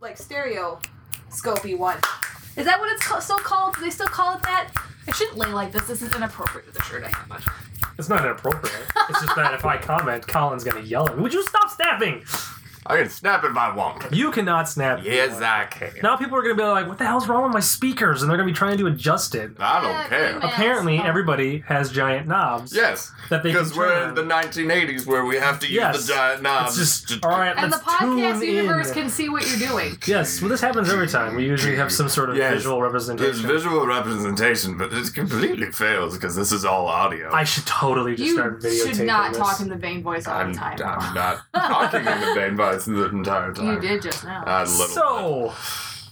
like stereo scopy one. Is that what it's ca- still called? Do they still call it that? I shouldn't lay like this. This is inappropriate with the shirt I have on. It's not inappropriate. It's just that if I comment, Colin's gonna yell at me. Would you stop snapping? I can snap if I want. You cannot snap. Yes, I can. Now people are gonna be like, "What the hell's wrong with my speakers?" And they're gonna be trying to adjust it. I don't Yeah, care. amen. Apparently, Oh. everybody has giant knobs. Yes, That they because can we're turn. in the 1980s where we have to use Yes. the giant It's knobs. just to- all right. And the let's podcast tune universe in. can see what you're doing. Yes, well, this happens every time. We usually have some sort of Yes. visual There's representation. visual representation, but it completely fails because this is all audio. I should totally just You start videotaping should not this. talk in the vain voice all I'm, the time. I'm not talking in the vein voice the entire time. You did just now. Uh, A little. so,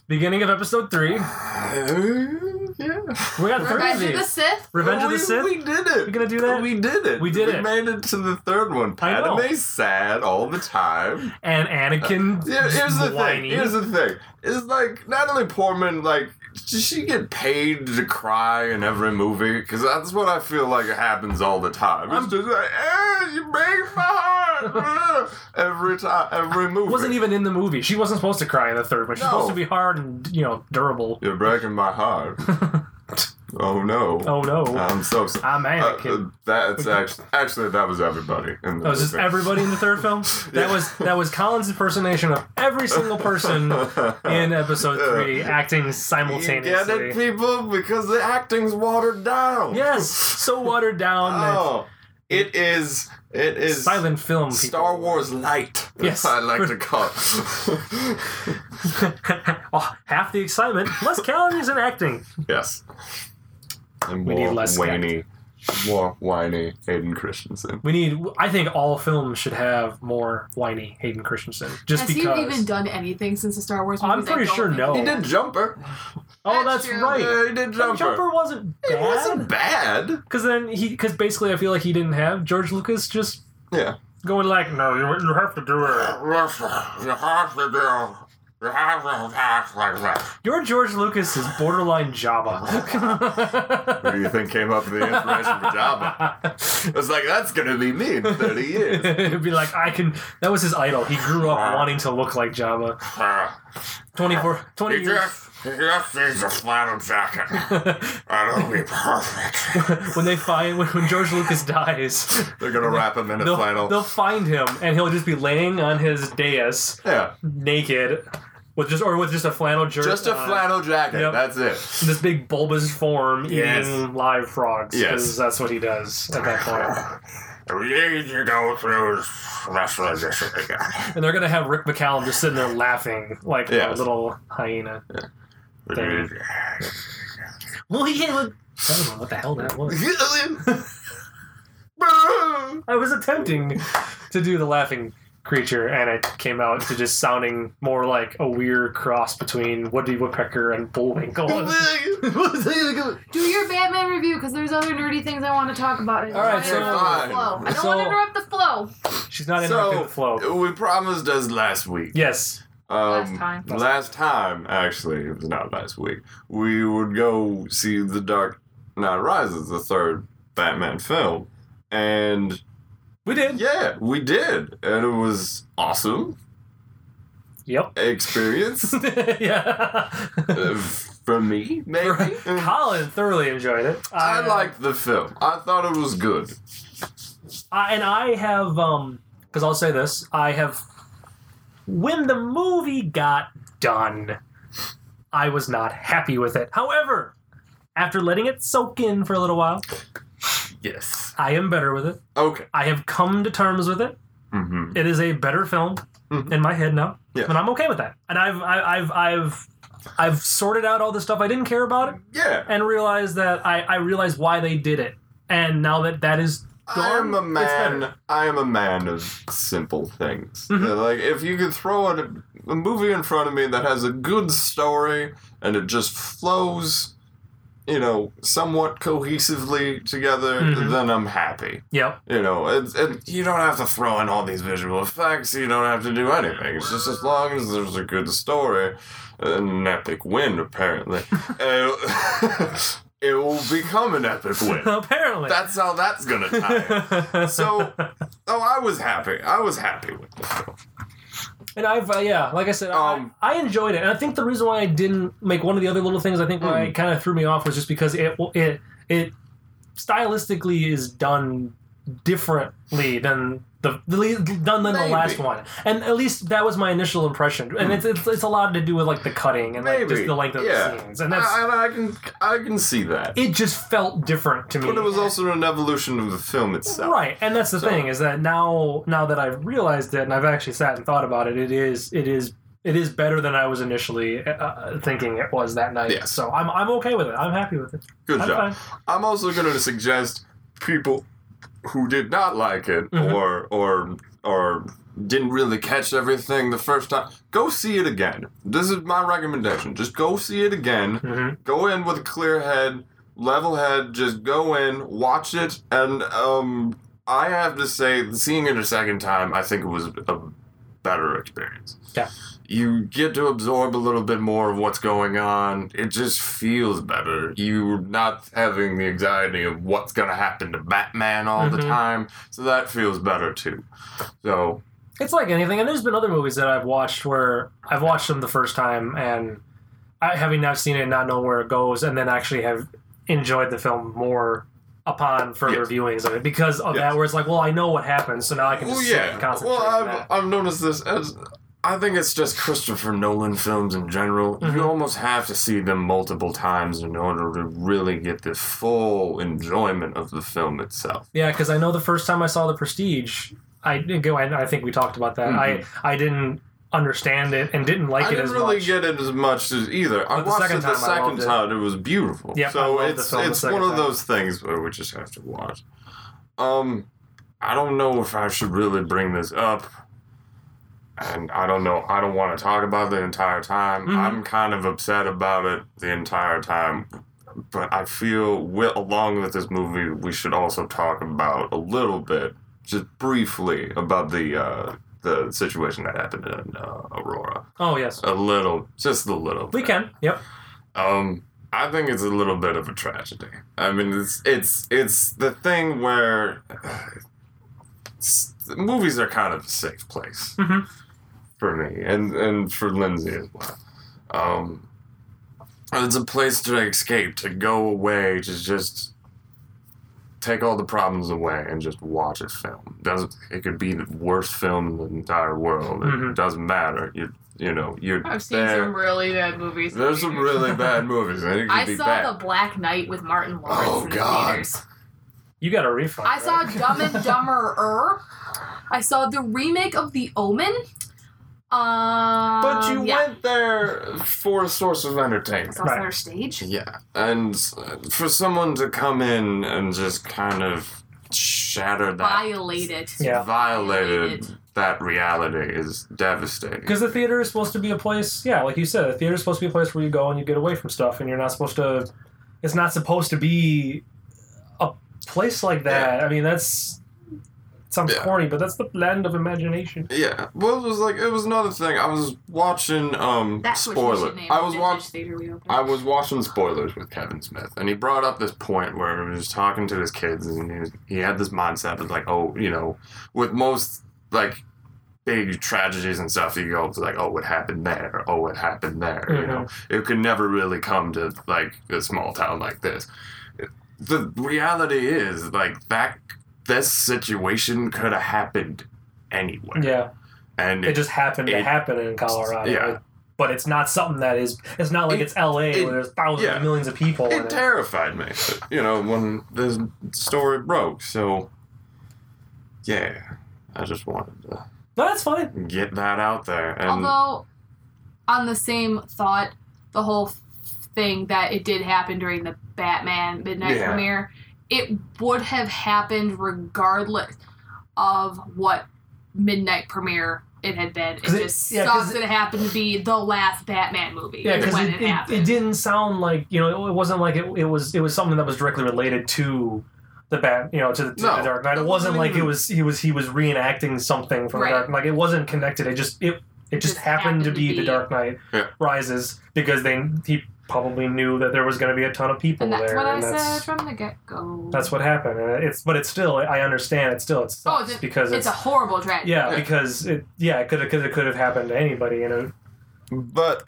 beginning of episode three, we bit. yeah. got three of Revenge of the these. Sith. Revenge of we, the Sith. We did it. We gonna do that? We did it. We did it. made it to the third one. I know. Padme's sad all the time. and Anakin. Uh, Here- here's the whiny. thing. Here's the thing. It's like Natalie Portman. Like, does she get paid to cry in every movie? Because that's what I feel like happens all the time. It's I'm- just like, eh, you break my heart every time, every movie. wasn't even in the movie. She wasn't supposed to cry in the third one. She's No. supposed to be hard and you know durable. You're breaking my heart. oh no. Oh no, I'm so. s- I'm Uh, Anakin. that's actually actually that was everybody. In the that was just movie. everybody in the third film. That Yeah. was that was Colin's impersonation of every single person in episode three, acting You get simultaneously. it, people, because the acting's watered down. Yes, so watered down. that- Oh, it is. It is. silent film. people. Star Wars light. Yes. I like to call. it. Oh, half the excitement, less calories and acting. yes. And We more need less whiny, more whiny Hayden Christensen. We need. I think all films should have more whiny Hayden Christensen. Just Has he because. even done anything since the Star Wars I'm movies? I pretty don't sure think no. He did. did Jumper. That's oh, that's true. right. Yeah, he did Jumper, Jumper. wasn't It bad. wasn't bad. Because then he, because basically, I feel like he didn't have George Lucas just Yeah. going like, no, you, you have to do it. You have to do. You have to act like that. Your George Lucas is borderline Who Java. do you think came up with the information for Jabba? It was like that's gonna be me in 30 years. It'd be like I can. That was his idol. He grew up wanting to look like Java. 24, 20 years. he just needs a flannel jacket. That'll be perfect. when they find when, when George Lucas dies, They're gonna wrap him in a they'll, flannel. they'll find him and he'll just be laying on his dais yeah, naked with just or with just a flannel jerk, just a on, flannel jacket. uh, yep. That's it. this big bulbous form Yes. eating live frogs. Yes. because that's what he does at that point. We need to go through special edition again. And they're gonna have Rick McCallum just sitting there laughing like Yes. a little hyena. We There. need- Well, he can't. Look. I don't know what the hell that was. I was attempting to do the laughing creature, and it came out to just sounding more like a weird cross between Woody Woodpecker and Bullwinkle. All Do your Batman review because there's other nerdy things I want to talk about. I don't All right, want to so- interrupt the flow. I don't want to so- interrupt the flow. She's not interrupting so the flow. we promised us last week. Yes, Um, Last time. last time, actually, it was not last week. We would go see The Dark Knight Rises, the third Batman film, and we did. Yeah, we did, and it was awesome Yep. experience yeah. uh, for me. Maybe Mm-hmm. Colin thoroughly enjoyed it. uh, I liked the film. I thought it was good. I, and I have, um, because I'll say this, I have. When the movie got done, I was not happy with it. However, after letting it soak in for a little while, Yes. I am better with it. Okay. I have come to terms with it. Mm-hmm. It is a better film Mhm. in my head now, Yeah. and I'm okay with that. And I've I, I've I've I've sorted out all the stuff I didn't care about it, Yeah, and realized that I I realized why they did it. And now that that is I am a Gone, it's better. man. I am a man of simple things. Mhm. Uh, Like if you could throw a, a movie in front of me that has a good story and it just flows, you know, somewhat cohesively together, Mhm. then I'm happy. yep You know, it's, it, you don't have to throw in all these visual effects. You don't have to do anything. It's just as long as there's a good story and an epic win, apparently. it, it will become an epic win. apparently. That's how that's going to tie in. So, oh, I was happy. I was happy with the film. And I've uh, yeah, like I said, Um, I, I enjoyed it, and I think the reason why I didn't make one of the other little things I think why Mm. it kind of threw me off was just because it it it stylistically is done differently than the, the le- done than the Maybe. last one, and at least that was my initial impression. And it's, it's it's a lot to do with like the cutting and like just Maybe. the length of Yeah. the scenes, and that's I, I, I can I can see that, it just felt different to me. but it was also an evolution of the film itself. Right, and that's the So- thing is that now now that I've realized it and I've actually sat and thought about it, it is it is it is better than I was initially uh, thinking it was that night. Yes. So I'm I'm okay with it. I'm happy with it. Good I'm job. fine. I'm also going to suggest people who did not like it Mhm. or or or didn't really catch everything the first time, go see it again. This is my recommendation. Just go see it again. Mhm. Go in with a clear head, level head. Just go in, watch it, and um, I have to say, seeing it a second time, I think it was a better experience. Yeah. You get to absorb a little bit more of what's going on. It just feels better. You're not having the anxiety of what's going to happen to Batman all the Mhm. time. So that feels better too. So, It's like anything, and there's been other movies that I've watched where I've watched them the first time and I, having now seen it, and not knowing where it goes, and then actually have enjoyed the film more upon further Yes. viewings of it because of Yes. that. Where it's like, well, I know what happens, so now I can just well, sit and yeah. concentrate. Well, on I've, that. I've noticed this as. I think it's just Christopher Nolan films in general. Mhm. You almost have to see them multiple times in order to really get the full enjoyment of the film itself. Yeah, because I know the first time I saw The Prestige, I didn't go. I, I think we talked about that. Mhm. I I didn't understand it and didn't like I it didn't as really much. get it as much as either. I But the watched second it the time I second loved it. time. It was beautiful. Yep, I so loved the it's film the it's second one of time. those things where we just have to watch. Um, I don't know if I should really bring this up, and I don't know. I don't want to talk about it the entire time. Mhm. I'm kind of upset about it the entire time. But I feel, wi along with this movie, we should also talk about a little bit, just briefly, about the uh, the situation that happened in uh, Aurora. oh yes, A little, just a little. we bit. can. Yep. Um, I think it's a little bit of a tragedy. I mean, it's it's it's the thing where uh, s movies are kind of a safe place Mhm. for me and and for Lindsay as well. Um, it's a place to escape, to go away, to just take all the problems away and just watch a film. Doesn't it could be the worst film in the entire world. It Mhm. doesn't matter. You you know you're I've seen there. some really bad movies. in There's some theaters. really bad movies, and it could I be saw bad. The Black Knight with Martin Lawrence Oh, in the God. theaters. You got a refund. I saw right? Dumb and Dumberer. I saw the remake of The Omen. Um, But you yeah. went there for a source of It's entertainment. on Right. center stage. Yeah, and uh, for someone to come in and just kind of shatter that, Violated. Yeah. violated Violated. that reality is devastating. Because the theater is supposed to be a place, yeah, like you said, the theater is supposed to be a place where you go and you get away from stuff, and you're not supposed to. It's not supposed to be a place like that. I mean, that's sounds Yeah. corny, but that's the land of imagination. Yeah, well, it was like it was another thing. I was watching um That's what we spoiler. should name I the was vintage watching. theater we opened. I was watching spoilers with Kevin Smith, and he brought up this point where he was talking to his kids, and he, was, he had this mindset of like, oh, you know, with most like big tragedies and stuff, you go it's like, oh, what happened there? Oh, what happened there? You know, it could never really come to like a small town like this. The reality is like that. This situation could have happened anywhere, Yeah, and it just happened to it- happen in Colorado. yeah. But it's not something that is. It's not like It- it's L.A. it- where there's thousands, yeah. of millions of people. in it terrified me, you know, when this story broke. So, yeah, I just wanted to No, that's fine. get that out there. And Although, on the same thought, the whole thing that it did happen during the Batman Midnight Yeah. premiere, it would have happened regardless of what Midnight premiere it had been. It 'Cause it- just yeah, 'cause sucks that it happened to be the last Batman movie Yeah, because when it, it, it, happened. it didn't sound like you know it wasn't like it, it was it was something that was directly related to the bat you know to, the- to No. the Dark Knight. It It wasn't wasn't like it even- was he was he was reenacting something from Right. the Dark like it wasn't connected. It just it it just happened, to be, the Dark Knight Yeah. Rises because they he probably knew that there was going to be a ton of people And that's there. what I and that's, said from the get go. that's what happened. And it's but it's still I understand. It's still it sucks Oh, it's a- because It's it's, a horrible tragedy. yeah because it yeah it could have it could have happened to anybody you know But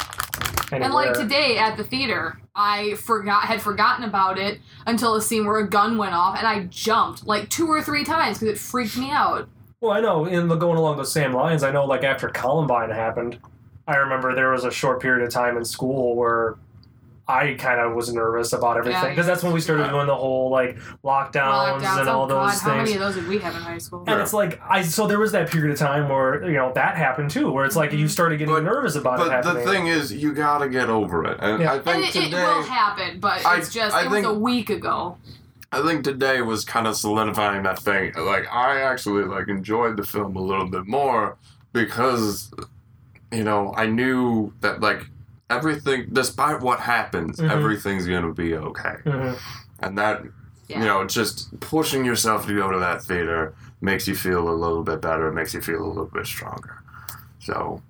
anywhere. And like today at the theater, I forgot had forgotten about it until a scene where a gun went off, and I jumped like two or three times because it freaked me out. Well, I know, in the, going along those same lines, I know, like after Columbine happened, I remember there was a short period of time in school where I kind of was nervous about everything Yeah, because that's when we started yeah. doing the whole like lockdowns, Lockdowns, and all oh those God, how things. many of those did we have in high school? and it's like I so there was that period of time where you know that happened too, where it's like Mm-hmm. you started getting But- nervous about it but the happening. thing is, you gotta get over it. And Yeah. I And think it, today, it will happen, but I- it's just I it think- was a week ago. I think today was kind of solidifying that thing. Like I actually like enjoyed the film a little bit more because you know, I knew that like everything despite what happens, Mhm. everything's gonna be okay. Mhm. And that Yeah. you know, just pushing yourself to go to that theater makes you feel a little bit better, it makes you feel a little bit stronger. So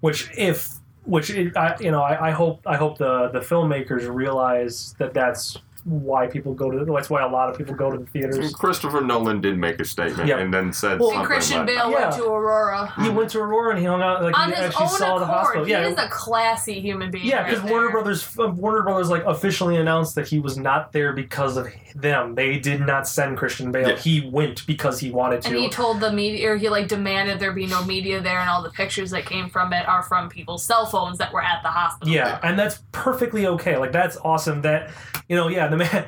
which if which it, I, you know I, I hope I hope the the filmmakers realize that that's why people go to that's why a lot of people go to the theaters. Christopher Nolan did make a statement Yep. and then said Well- and something Christian like that. Bale went Yeah. to Aurora He went to Aurora and he hung out like on he his actually own saw accord. the hospital. He yeah, is a classy human being. Yeah, because because Warner Brothers, uh, Warner Brothers, like officially announced that he was not there because of them. They did not send Christian Bale. Yeah. He went because he wanted to. And he told the media, or he like demanded there be no media there, and all the pictures that came from it are from people's cell phones that were at the hospital. yeah, and that's perfectly okay. Like that's awesome. That you know, yeah, the man,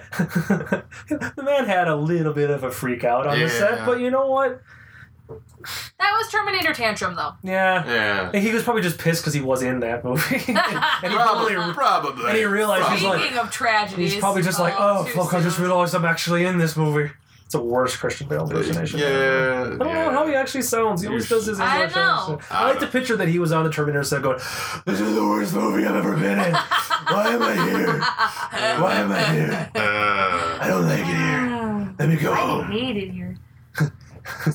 the man had a little bit of a freak out on the set, Yeah. but you know what? That was Terminator tantrum though. Yeah, Yeah. he was probably just pissed because he was in that movie, and he Probably, probably. probably. and he realized he's Speaking like- of tragedies, He's probably just like, oh, too fuck, I just soon. realized I'm actually in this movie. It's the worst Christian Bale impersonation. Yeah. I don't know how he actually sounds. He always does his I his don't know. accent. I like to picture that he was on the Terminator set going, "This is the worst movie I've ever been in. Why am I here? Why am I here? Uh, I don't like it here. Oh. Let me Oh, go home." hate it here.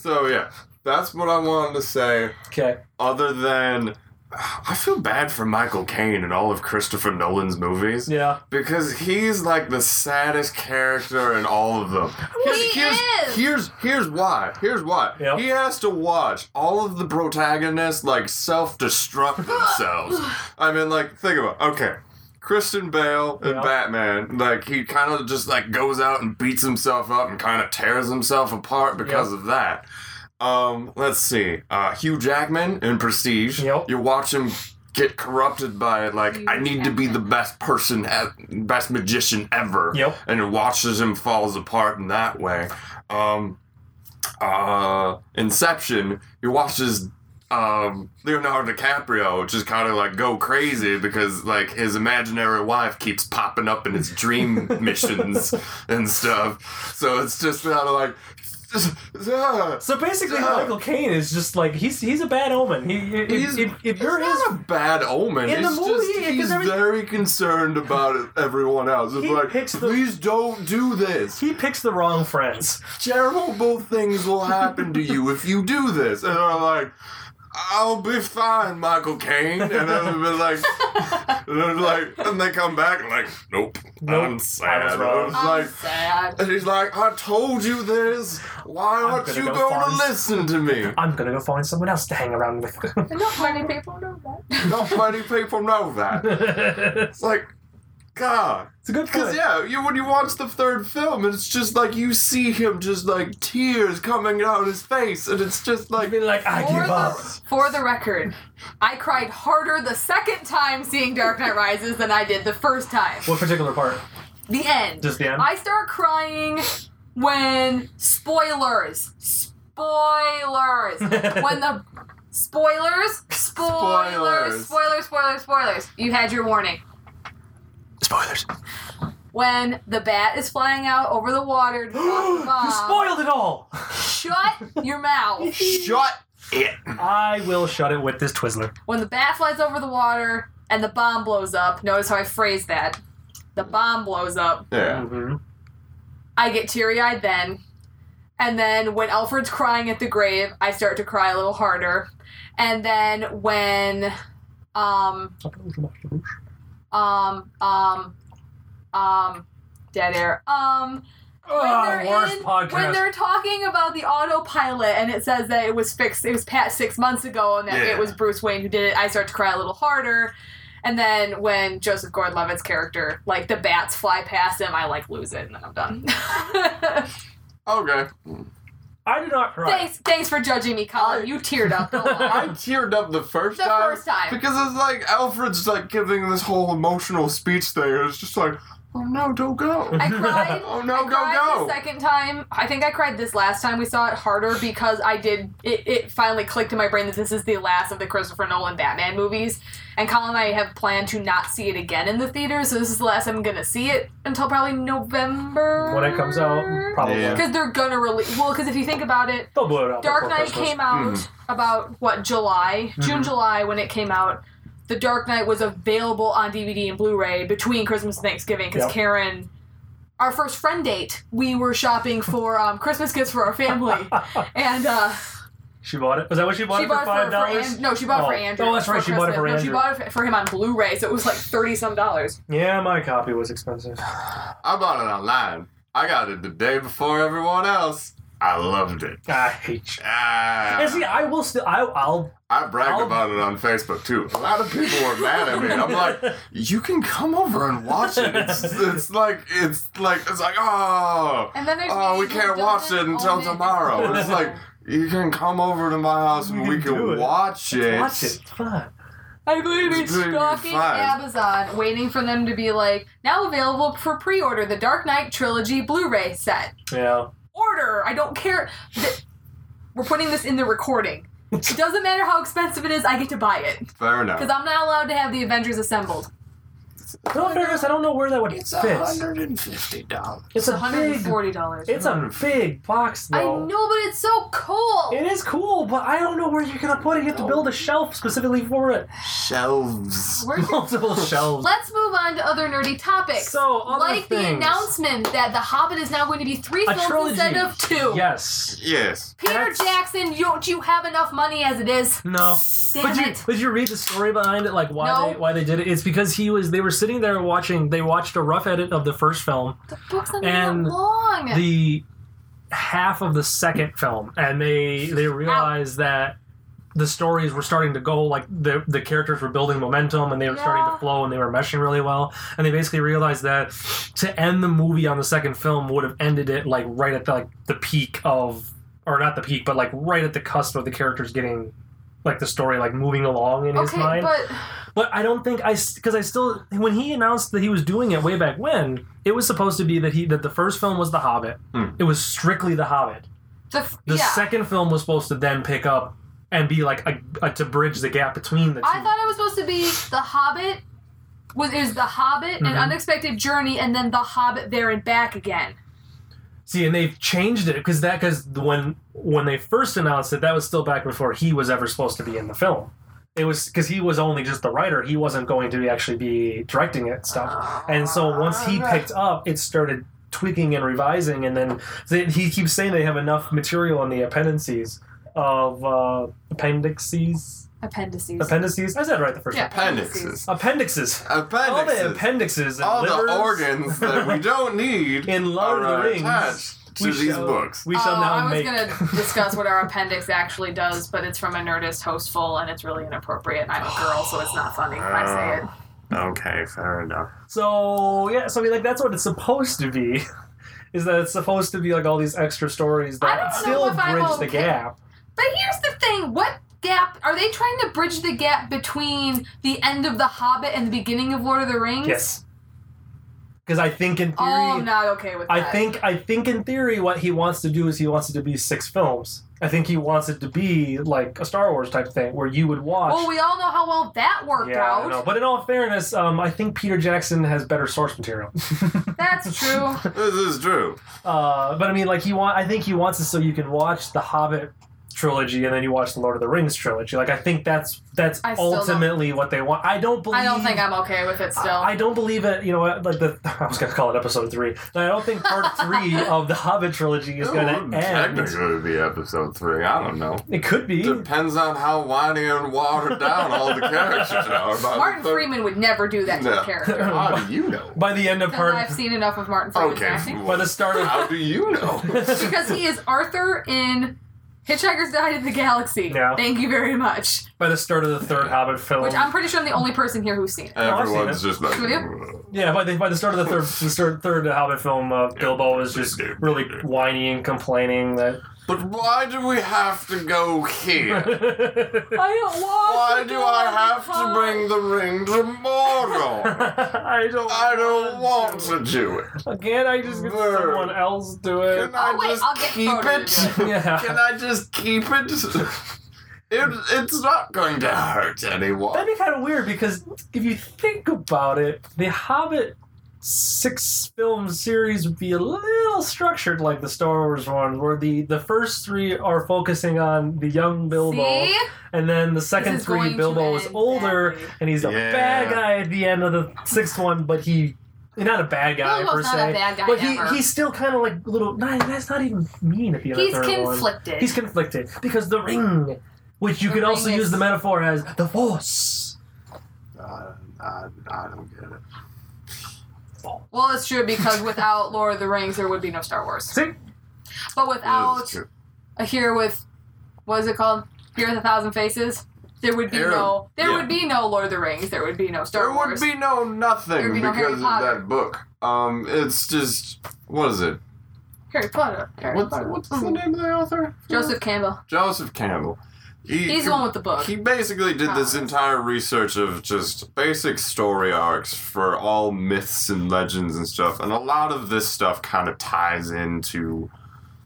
so yeah, that's what I wanted to say. Okay. Other than, I feel bad for Michael Caine in all of Christopher Nolan's movies Yeah. because he's like the saddest character in all of them. He is. Here's here's why. Here's why. Yep. He has to watch all of the protagonists like self-destruct themselves. I mean, like think about okay. Kristen Bale and Yeah. Batman, like he kind of just like goes out and beats himself up and kind of tears himself apart because of that. Um, let's see. Uh, Hugh Jackman in Prestige. Yep. You watch him get corrupted by like Hugh I need to be the best person, e- best magician ever Yep. and it watches him falls apart in that way. Um, uh, Inception, he watches um, Leonardo DiCaprio just kind of like go crazy because like his imaginary wife keeps popping up in his dream missions and stuff. So it's just kind of like. So basically, Yeah. Michael Caine is just like he's he's a bad omen. He, if, uh, He's- if, if you're it's his, not a bad omen. In the it's movie, just 'cause he's every- very concerned about it- everyone else. It's He like, picks the- please don't do this. he picks the wrong friends. terrible things will happen to you if you do this. And I'm like, I'll be fine, Michael Caine. And I'm like, and I'm like, and they come back and like, nope, Nope, I I'm was sad. wrong. was I'm like, sad. and he's like, I told you this. Why I'm aren't gonna you go going find- to listen to me? I'm gonna go find someone else to hang around with. Not many people know that. Not many people know that. it's It's like, God. a good Because point. yeah, you when you watch the third film, it's just like you see him just like tears coming out his face, and it's just like I've been like, I For give up. the, for the record, I cried harder the second time seeing Dark Knight Rises than I did the first time. What particular part? The end. Just the end. I start crying when spoilers, spoilers, when the spoilers, spoilers, Spoilers. spoilers, spoilers, spoilers. You had your warning. Spoilers. When the bat is flying out over the water to talk to You Bob, spoiled it all. shut your mouth. shut it. I will shut it with this Twizzler. When the bat flies over the water and the bomb blows up, notice how I phrased that. The bomb blows up. Yeah. Mm-hmm. I get teary eyed then. And then when Alfred's crying at the grave, I start to cry a little harder. And then when um Mm-hmm. uh um, um, um, dead air. Um, Oh, they're worst in- when podcast. they're talking about the autopilot and it says that it was fixed, it was Pat six months ago and that Yeah. it was Bruce Wayne who did it, I start to cry a little harder. And then when Joseph Gordon-Levitt's character, like the bats fly past him, I like lose it and then I'm done. Okay. I did not cry. thanks, thanks for judging me, Colin. You teared up. Go on. I teared up the first The time. first time. Because it's like Alfred's like giving this whole emotional speech thing. and It's just like, oh no, don't go. I cried. oh no, I go cried go. The second time, I think I cried this last time we saw it harder because I did. It, it finally clicked in my brain that this is the last of the Christopher Nolan Batman movies, and Colin and I have planned to not see it again in the theater. So this is the last I'm gonna see it until probably November When it comes out, probably. Yeah. Because they're gonna release. Well, because if you think about it, They'll blow it out. Dark before Knight Christmas. came out Mhm. about what July, June, Mhm. July when it came out. The Dark Knight was available on DVD and Blu-ray between Christmas and Thanksgiving because Yep. Karen, our first friend date, we were shopping for um, Christmas gifts for our family, and uh, She bought it. Was that what she bought she it for bought it five for, for dollars? An- no, she bought it for Oh. Andrew. Oh, that's right, she bought it for Christmas. No, Andrew. she bought it for him on Blu-ray, so it was like thirty some dollars. Yeah, my copy was expensive. I bought it online. I got it the day before everyone else. I loved it. I hate you. Ah, And see, I will still. I, I'll. I bragged I'll- about it on Facebook too. A lot of people were mad at me. I'm like, you can come over and watch it. It's, it's like it's like it's like oh And then there's oh me we who can't watch doesn't it own until it. tomorrow. It's like you can come over to my house and We we can do can it. watch it. Watch it. It's fun. I believe in It's gonna be stalking fine. Amazon, waiting for them to be like, now available for pre order the Dark Knight Trilogy Blu ray set. Yeah. Order! I don't care. Th- We're putting this in the recording. It doesn't matter how expensive it is, I get to buy it. Fair Because enough. I'm not allowed to have the Avengers assembled. No, in fairness, I don't know where that would fit. and fifty dollars. It's a big. $140. It's a big box, I though. know, but it's so cold! It is cool, but I don't know where you're gonna put it. You have to build a shelf specifically for it. Shelves. We're just- Multiple shelves. Let's move on to other nerdy topics. So, other like the things. announcement that The Hobbit is now going to be three A films instead trilogy. of two. Yes. Yes. Peter That's- Jackson, you, don't you have enough money as it is? No. Damn but you, it. but you read the story behind it, like why No. they why they did it? It's because he was they were sitting there watching. They watched a rough edit of the first film, The book's not even And that long. the half of the second film, and they they realized that the stories were starting to go like the the characters were building momentum and they were starting Yeah. to flow and they were meshing really well. And they basically realized that to end the movie on the second film would have ended it like right at the, like the peak of or not the peak, but like right at the cusp of the characters getting like the story like moving along in his okay, mind. but But I don't think I because I still when he announced that he was doing it way back when it was supposed to be that he that the first film was The Hobbit. Hmm. It was strictly The Hobbit. the, f The yeah, second film was supposed to then pick up and be like a, a, to bridge the gap between the two. I thought it was supposed to be The Hobbit. Was is The Hobbit an Mhm. unexpected journey, and then The Hobbit there and back again? See, and they've changed it because that because when when they first announced it, that was still back before he was ever supposed to be in the film. It was because he was only just the writer; he wasn't going to actually be directing it and stuff. And so once he Ah, picked up, it started tweaking and revising, and then they, he keeps saying they have enough material in the appendices of uh, appendices, Appendices. appendices. I said it right the first Yeah, time. Appendixes. Appendixes. All the Appendixes. appendixes and All the livers organs that we don't need in Lord of are the Rings. attached to these shall- books. We Oh, shall now I was make. gonna discuss what our appendix actually does, but it's from a Nerdist hostful, and it's really inappropriate. and I'm a girl, so it's not funny when I say it. Okay, fair enough. So yeah, so I mean, like that's what it's supposed to be. Is that it's supposed to be like all these extra stories I that don't know still if I'm bridge the okay. gap. But here's the thing: what gap are they trying to bridge the gap between the end of The Hobbit and the beginning of Lord of the Rings? Yes. Because I think in theory, Oh, I'm not okay with that. I think I think in theory, what he wants to do is he wants it to be six films. I think he wants it to be like a Star Wars type thing where you would watch. Well, we all know how well that Oh, worked yeah, I know. out. But in all fairness, um, I think Peter Jackson has better source material. That's true. This is true. Uh, but I mean, like he want. I think he wants it so you can watch The Hobbit trilogy and then you watch the Lord of the Rings trilogy. Like I think that's that's I still don't- ultimately what they want. I don't believe I don't think I'm okay with it still. I, I don't believe it. You know, what, like the I was gonna call it episode three. But I don't think part three of the Hobbit trilogy is gonna end. Technically, it'd be episode three. I don't know. It could be. Depends on how whiny and watered down all the characters are. About Martin the- Freeman would never do that to No. a character. How do you know? By the end of Because I've part, seen enough of Martin Freeman's Okay. acting. by the start of How do you know? Because he is Arthur in Hitchhiker's Guide to the Galaxy. Yeah. Thank you very much. by the start of the third Hobbit film, Which I'm pretty sure I'm the only person here who's seen it. I've seen Everyone's just like. Will yeah, by the by the start of the third the third, third Hobbit film, uh, Bilbo is just really whiny and complaining But why do we have to go here? that. I don't want Why do I have to bring the ring tomorrow? I don't. I don't want to do it. Again, I just get Brr. someone else do Can it. I Oh, wait, just I'll get keep Frodo to it? Yeah. Can I just keep it? it? It's not going to hurt anyone. That'd be kind of weird because if you think about it, the Hobbit six film series would be a little structured like the Star Wars one, where the the first three are focusing on the young Bilbo, See? and then the second This is three going to Bilbo is end older badly. and he's a Yeah. bad guy at the end of the sixth one, but he. Not a bad guy Bilbo's per not se, a bad guy but he, ever. he's still kind of like a little. Nah, that's not even mean at the end of He's the third one. conflicted. He's conflicted because the ring, which you The could ring also is- use the metaphor as the force. Uh, I, I don't get it. well, it's true because without Lord of the Rings, there would be no Star Wars. See, But This without is a Here with, what is it called? Here with a Thousand Faces, there would be Here- no, there yeah. would be no Lord of the Rings. There would be no Star There would Wars. be no nothing There'd be no Harry because of Potter. that book. Um, it's just what is it? Harry Potter. Harry What's, Potter. what's the name of the author? Joseph Campbell. Joseph Campbell. He, He's the one with the book. He basically did this Ah. entire research of just basic story arcs for all myths and legends and stuff, and a lot of this stuff kind of ties into.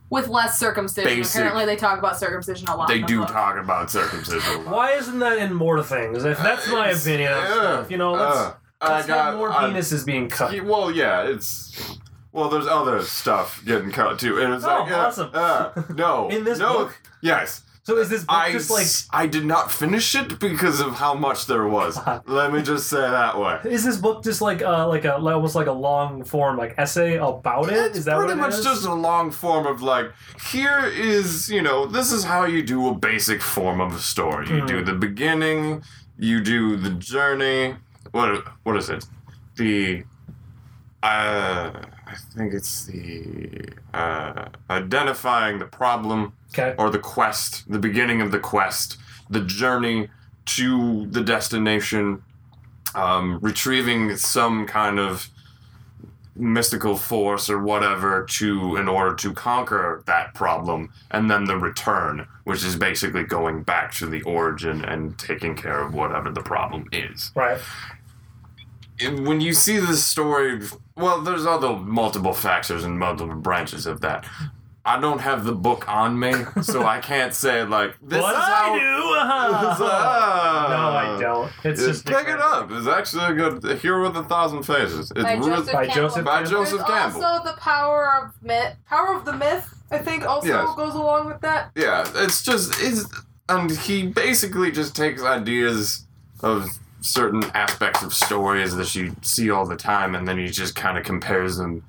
with less circumcision. Basic. Apparently, they talk about circumcision a lot. They in the do book. talk about circumcision. a lot. why isn't that in more things? If that's my It's- opinion on yeah, stuff, you know, let's, uh, let's I got have more I- penises being cut. Ye- well, yeah, it's. Well, there's other stuff getting cut too, and it's Oh, like, uh, awesome. uh, no, In this no, book? yes, So is this book I, just like? s- I did not finish it because of how much there was. Let me just say that way. Is this book just like uh like a like, almost like a long form like essay about it? Is It's that pretty what it much is? just a long form of like, here is, you know, this is how you do a basic form of a story. You Hmm. do the beginning, you do the journey. What what is it? The uh, I think it's the uh, identifying the problem okay? or the quest, the beginning of the quest, the journey to the destination, um, retrieving some kind of mystical force or whatever to in order to conquer that problem, and then the return, which is basically going back to the origin and taking care of whatever the problem is Right. and when you see this story, well, there's other multiple factors and multiple branches of that. I don't have the book on me, so I can't say like this what is I how. do? Uh-huh. this is- ah. no, I don't. It's just Pick it up. It's actually a good a hero with a thousand faces. It's By re- Joseph By Campbell. Joseph- by There's There's Joseph Campbell. also the power of myth. Power of the myth, I think, also Yes. goes along with that. yeah, it's just is, and he basically just takes ideas of certain aspects of stories that you see all the time, and then he just kind of compares them,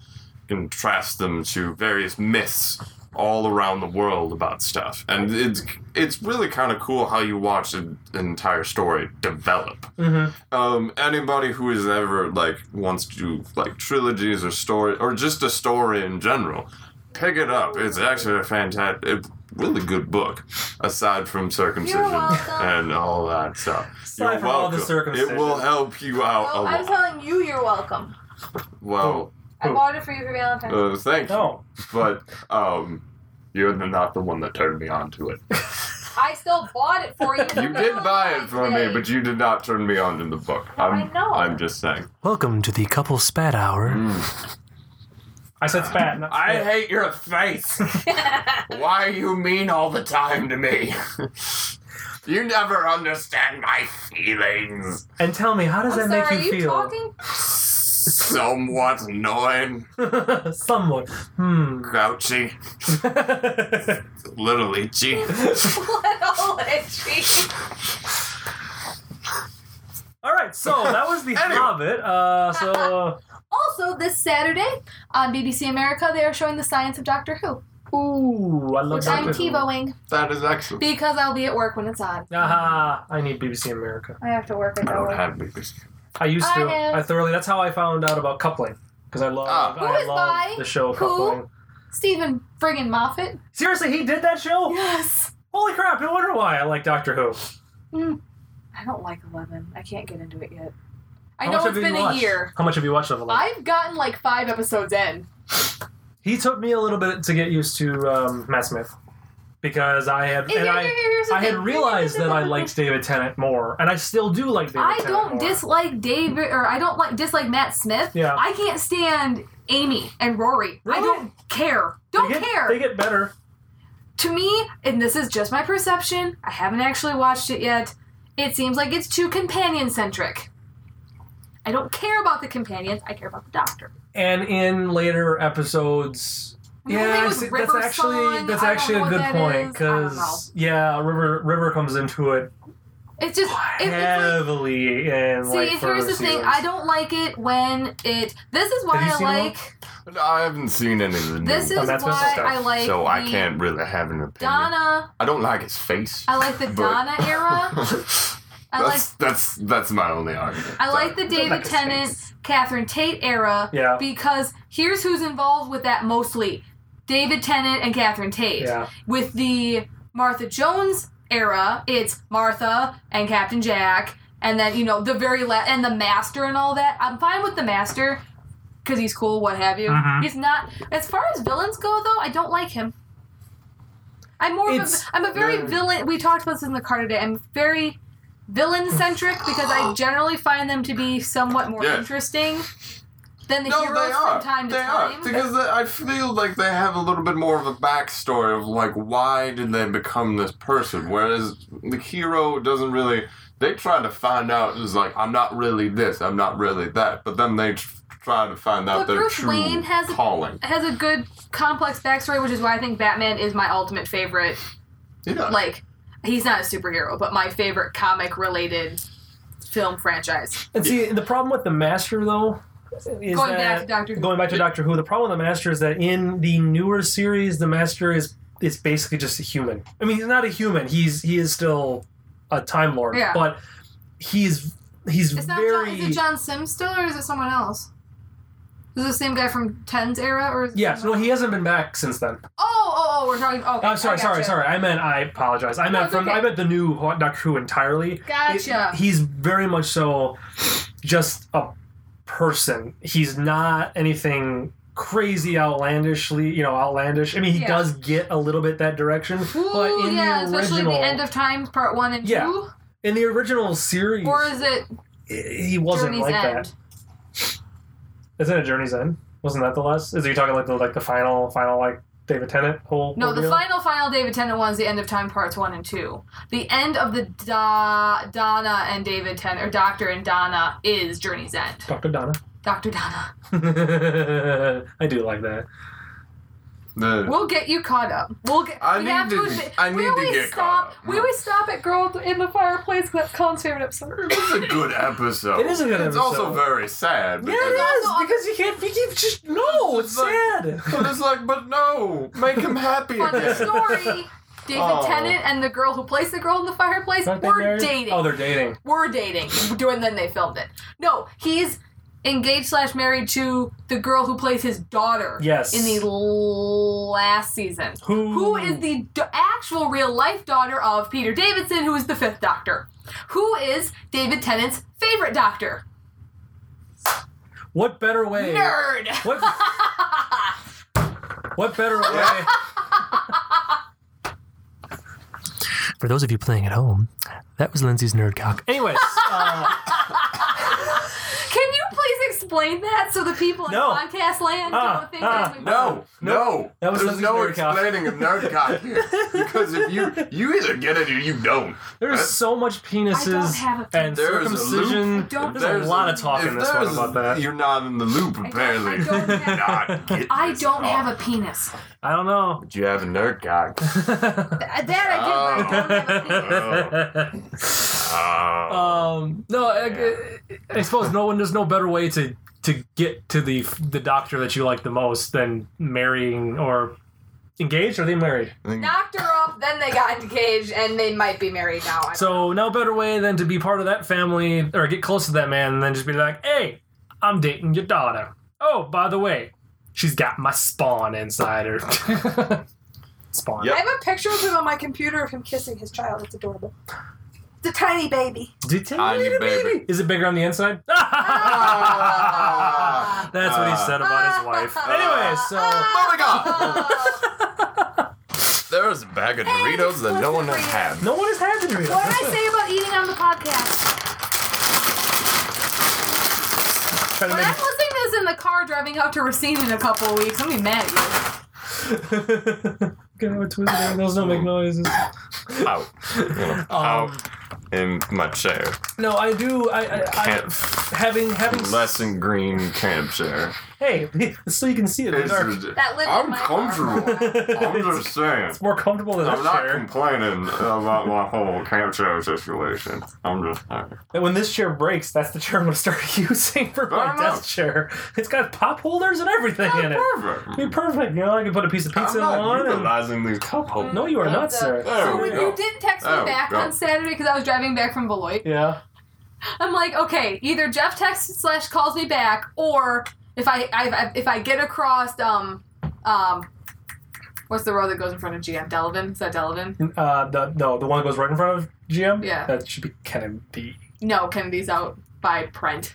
contrasts them to various myths all around the world about stuff, and it's it's really kind of cool how you watch an, an entire story develop hmm um, anybody who has ever like wants to do like trilogies or story or just a story in general, pick it up. It's actually a fantastic, a really good book. Aside from circumcision welcome. and all that stuff, Aside from all the circumcision. It will help you out Oh, a lot. telling you, you're welcome. well, I Who? bought it for you for Valentine's. uh, thank you, No. but um, you're the- not the one that turned me on to it. I still bought it for you. for You did buy it for me, Valentine's but you did not turn me on to the book. I'm, I know. I'm just saying. Welcome to the couple spat hour. I said spat. Not I spit. hate your face. Day. Why you mean all the time to me? you never understand my feelings. And tell me, how does I'm that sorry, make are you feel? talking? somewhat annoying, Somewhat. Hmm. grouchy, a little itchy. Little itchy. All right, so that was the Anyway. Hobbit. Uh, so uh, Also, this Saturday on BBC America, they are showing the science of Doctor Who, ooh, I love which that. I'm TiVoing That is excellent. because I'll be at work when it's on. Aha! I need BBC America. I have to work at I don't that. have babies. I used to. I have- I thoroughly. That's how I found out about coupling because I love. Ah. Who I is by? love the show Who? coupling. Stephen friggin' Moffat. Seriously, he did that show? Yes. Holy crap! No wonder why I like Doctor Who. I don't like Eleven. I can't get into it yet. I How much know have it's you been a watched? year. How much have you watched of Eleven? I've gotten like five episodes in. He took me a little bit to get used to um, Matt Smith because I had and I, I had realized that I liked David Tennant more, and I still do like David. I Tennant don't more. dislike David, or I don't like dislike Matt Smith. Yeah. I can't stand Amy and Rory. I Really? don't care. They Don't get- care. They get better. to me, and this is just my perception, I haven't actually watched it yet, it seems like it's too companion centric. I don't care about the companions, I care about the doctor. And in later episodes, Well, yeah, it I was see- that's River actually Song. that's I don't actually know a what good that point is. I don't know. yeah, River River comes into it It's just. It, it's like, heavily and see, like here's further the thing seasons. I don't like it when it. This is why Have you I seen them all? like. But I haven't seen any of the new This is Oh, why that's messed up. I like. so I the can't really have an opinion. Donna. I don't like his face. I like the But- Donna era. that's, I like. that's that's my only argument. I like the David like his Tennant, face. Catherine Tate era. Yeah. Because here's who's involved with that mostly: David Tennant and Catherine Tate. Yeah. With the Martha Jones era, it's Martha and Captain Jack, and then you know the very la- and the Master and all that. I'm fine with the Master because he's cool, what have you. Mhm. He's not as far as villains go though. I don't like him. I'm more of a, It's- I'm a very no. villain. We talked about this in the car today. I'm very villain centric because I generally find them to be somewhat more Yeah. interesting than the no, heroes they are. from time to they time. are because they- I feel like they have a little bit more of a backstory of like why did they become this person, whereas the hero doesn't really. They try to find out is like I'm not really this, I'm not really that, but then they tr- try to find out But their Bruce true Wayne has a- calling. has a good complex backstory, which is why I think Batman is my ultimate favorite. Yeah, Like, he's not a superhero, but my favorite comic related film franchise. And see, the problem with the Master though is Going back to that Doctor Who. going back to Doctor Who, the problem with the Master is that in the newer series, the Master is is basically just a human. I mean, he's not a human. He's he is still a Time Lord, Yeah. but he's he's It's not very John, is it John Sims still, or is it someone else? Is it the same guy from Ten's era, or is it yes. No, someone he hasn't been back since then. else? Oh, oh, oh, we're talking. Okay, I'm sorry, I sorry, gotcha. sorry. I meant I apologize. I meant it's from okay. I meant the new Doctor Who entirely. It- Gotcha. he's very much so just a person. He's not anything crazy outlandishly, you know, outlandish. I mean, he Yeah. does get a little bit that direction, but Ooh, in yeah, the especially original the end of times, part one and Yeah. two. in the original series, Or is it i- he wasn't Journey's like End? that. Isn't it Journey's End? Wasn't that the last? Is he talking like the like the final final like David Tennant whole? No, whole the deal? final, final David Tennant one is the end of time, parts one and two. The end of the da- Donna and David Tennant, or Doctor and Donna, is Journey's End. Dr. Donna. Doctor Donna, I do like that. The- we'll get you caught up. We'll get. I we need have to- admit- I need we to always get stop. caught up. We always stop at Girl in the Fireplace. 'cause That's Colin's favorite episode. It's a good episode. It is a good It's episode. also very sad. Yeah, because- it is also- because you can't. You can't just no. It's But- sad. But it's like, but no, make him happy Funny again. story. David Oh. Tennant and the girl who plays the girl in the fireplace Aren't they were married? dating. Oh, they're dating. were dating during then they filmed it. No, he's engaged slash married to the girl who plays his daughter. Yes. In the l- last season. Who? Who is the d- actual real life daughter of Peter Davidson, who is the fifth doctor? Who is David Tennant's favorite doctor? What better way? Nerd! What? what better way? Yeah. For those of you playing at home, that was Lindsay's nerd cock. Anyways, uh, Can you please explain that so the people in No. podcast land Ah, don't think ah, that we No, no. That was There's something no nerd cock. explaining of nerd cock here. Because if you you either get it or you don't. There's so much penises have a and There's a loop. circumcision. don't- There's, a lot of talk in if this one there's- about that. You're not in the loop, I don't, apparently. I don't have, Not getting I this don't cock. have a penis. I don't know. But you have a nerd cock. Th- That Uh, I did, but I don't have a penis. Oh. um, no, I, I suppose no one. There's no better way to to get to the the doctor that you like the most than marrying or engaged. Are they married? I think- Knocked her up, then they got engaged, and they might be married now. I- So no better way than to be part of that family or get close to that man and then just be like, hey, I'm dating your daughter. Oh, by the way, she's got my spawn inside her. spawn. Yep. I have a picture of him on my computer of him kissing his child. It's adorable. It's a tiny baby. Did Tiny baby. baby. Is it bigger on the inside? Ah. That's what he said about his wife. Anyway, so Moving on. Oh. There's a bag of Doritos that no one has had. no one has had to do what that. did I say about eating on the podcast? Trying to When make- I'm listening to this in the car driving out to Racine in a couple of weeks, I'm gonna be mad at you. Gonna have a twisted angle, those don't make noises. out. You know, Um, out in my chair. No, I do. I, I, I Camp. having having. Lesson green camp chair. Hey, so you can see it. in the dark. That lived in I'm my comfortable. car. I'm just saying. It's more comfortable than I'm this not chair. complaining about my whole camp chair situation. I'm just saying. And when this chair breaks, that's the chair I'm gonna start using for I my don't know. desk chair. It's got pop holders and everything in it. Perfect. It'd be perfect. You know, I can put a piece of I'm pizza in not one. and- utilizing these cup holders. No, you are not, So- sir. There So we when go. you didn't text me There we back go. on Saturday because I was driving back from Beloit, Yeah. I'm like, okay, either Jeff texts slash calls me back, or if I, I I- if I get across um um what's the road that goes in front of GM Delavan? Is that Delavan? Uh, the no, the one that goes right in front of GM. Yeah. That should be Kennedy. No, Kennedy's out by Prent.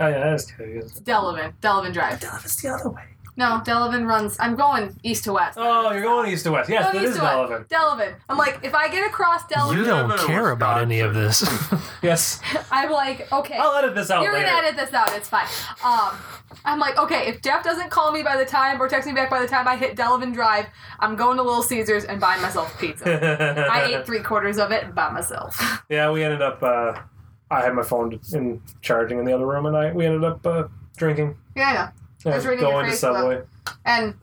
Oh yeah, that is Kennedy. Delavan, Delavan Drive. It's the other way. No, Delavan runs. I'm going east to west. Oh, you're going east to west. Yes, Going that east is to west. relevant. Delavan. I'm like, if I get across You Delavan, don't Never care about any of this. Yes, I'm like, okay. I'll edit this out You're later. gonna edit this out. It's fine. Um, I'm like, okay, if Jeff doesn't call me by the time or text me back by the time I hit Delavan Drive, I'm going to Little Caesars and buying myself pizza. I ate three quarters of it by myself. Yeah, we ended up. Uh, I had my phone in charging in the other room, and I we ended up uh, drinking. yeah, Yeah, was reading your going to Facebook. Subway. and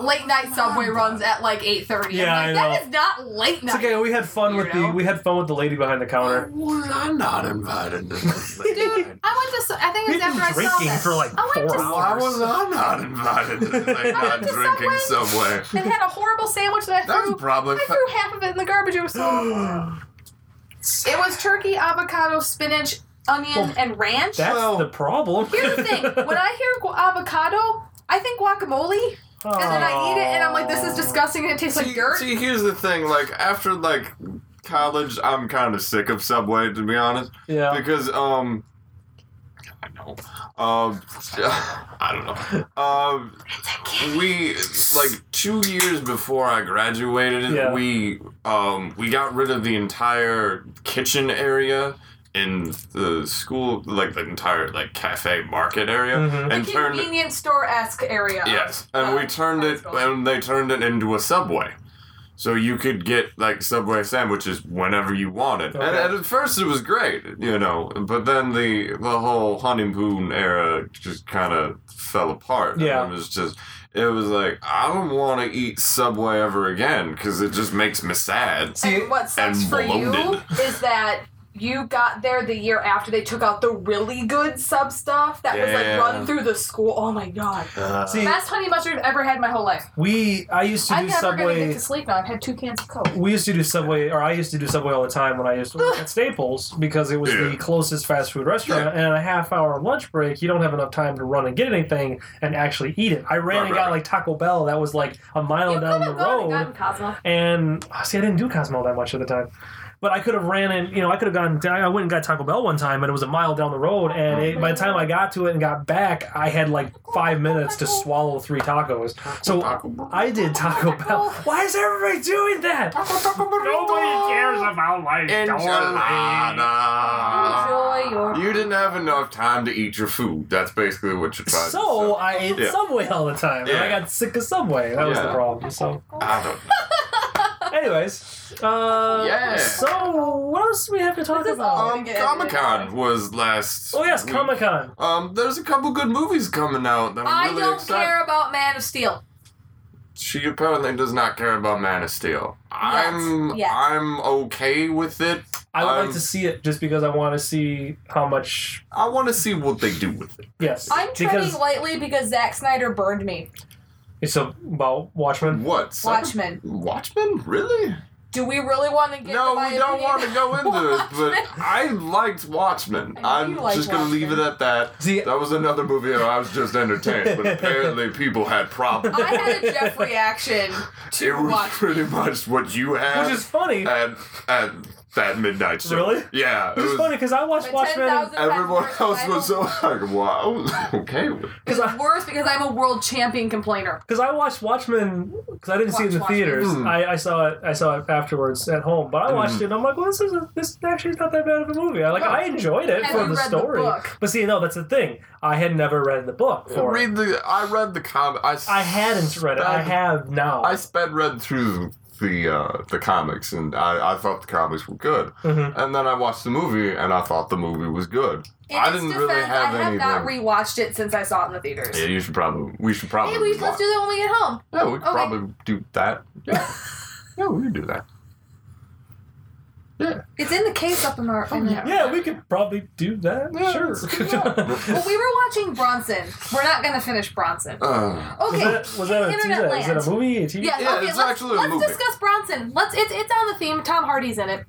late night subway runs at like 8:30. Yeah, I I'm like, know. that is not late It's night. okay. We had fun with the Weirdo. we had fun with the lady behind the counter. Was I not invited to this? Dude, I went to. I think We've it was been after I saw drinking this. for like I went four to Why was I not invited to this? Like, I not went to drinking Subway. and had a horrible sandwich that I That threw. was probably. I threw half of it in the garbage. It was so. It was turkey, avocado, spinach, onion, Oh, Well, and ranch. That's Well- the problem. Here's the thing: when I hear gu- avocado, I think guacamole, and then I eat it, and I'm like, "This is disgusting, and it tastes like see, dirt." see, here's the thing. Like after like college, I'm kind of sick of Subway to be honest, Yeah. because um, I know, um, I don't know, um, we like two years before I graduated, Yeah. we um we got rid of the entire kitchen area. In the school, like the entire like cafe market area, Mhm. The and turned convenience store esque area. Yes, and we Uh, turned it, Hartsville. and they turned it into a subway. So you could get like Subway sandwiches whenever you wanted, and, Okay. and at first it was great, you know. But then the the whole honeymoon era just kind of fell apart. Yeah. and it was just it was like I don't want to eat Subway ever again because it just makes me sad. And what sucks and for you bloated. is that you got there the year after they took out the really good sub stuff that was like Yeah. run through the school. Oh my god. See, Best honey mustard I've ever had in my whole life. we I used to I'm do never gonna get Subway. to sleep now. I've had two cans of Coke. We used to do Subway, or I used to do Subway all the time when I used to work at Staples because it was the Yeah. closest fast food restaurant. And a half hour lunch break, you don't have enough time to run and get anything and actually eat it. I ran Right, and right, got right. like Taco Bell that was like a mile You could down the have gone and road. gotten Cosmo. ah, And oh, see, I didn't do Cosmo that much at the time. But I could have ran and you know I could have gone. down- I went and got Taco Bell one time, and it was a mile down the road. And it, by the time I got to it and got back, I had like five minutes to swallow three tacos. So I did Taco Bell. Why is everybody doing that? Nobody cares about my story. Enchilada. Enjoy your. uh, You didn't have enough time to eat your food. That's basically what you're trying So to I ate Yeah. Subway all the time, and I Yeah. got sick of Subway. That was the Yeah. problem. So, say. I don't know. anyways, uh, Yeah. So what else do we have to talk This is about? all- Um, Comic Con was last. Oh yes, week. Comic Con. Um, there's a couple good movies coming out that I'm I really don't excited. care about Man of Steel. She apparently does not care about Man of Steel. I'm Yes. I'm okay with it. I would Um, like to see it just because I want to see how much. I want to see what they do with it. Yes, I'm because treading lightly because Zack Snyder burned me. it's about Watchmen. What? Cyber- Watchmen. Watchmen? Really? Do we really want to get? no, to my we don't opinion? want to go into it, but I liked Watchmen. I know I'm you liked just going to leave it Watchmen. at that. See, That was another movie that I was just entertained, but apparently people had problems. I had a Jeff reaction It to was Watchmen. pretty much what you had which is funny. at, Um, at that midnight show. Really? Yeah. it Which is was- funny because I watched But Watchmen. 10,000 Everyone times worse else than I was so like, wow, okay with it. Because It's worse because I'm a world champion complainer. Because I watched Watchmen because I didn't see it in the Watch Watchmen. theaters. Mm. I, I saw it. I saw it afterwards at home. But I Hmm. watched it. and I'm like, well, this is a, this is actually not that bad of a movie. I like No. I enjoyed it Have for you the read the story. book? but see, no, that's the thing. I had never read the book for it. Read the. I read the comic. I, I hadn't read it. I sped- have now. I sped read through the uh, the comics, and I, I thought the comics were good. Mhm. And then I watched the movie, and I thought the movie was good. In I its didn't really defense, have I have anything. not rewatched it since I saw it in the theaters. yeah, you should probably. We should probably. Hey, we, watch- let's do that when we get home. Yeah, we could okay. probably do that. Yeah. yeah, we could do that. Yeah. It's in the case up in our. in there. Yeah, we could probably do that. Yeah, sure. let's do that. Well, we were watching Bronson. We're not gonna finish Bronson. Uh, Was Okay. that was that a Internet TV? Is land. that a movie? A TV? Yeah, Yeah, okay, it's let's, actually a let's movie. discuss Bronson. Let's it's it's on the theme. Tom Hardy's in it.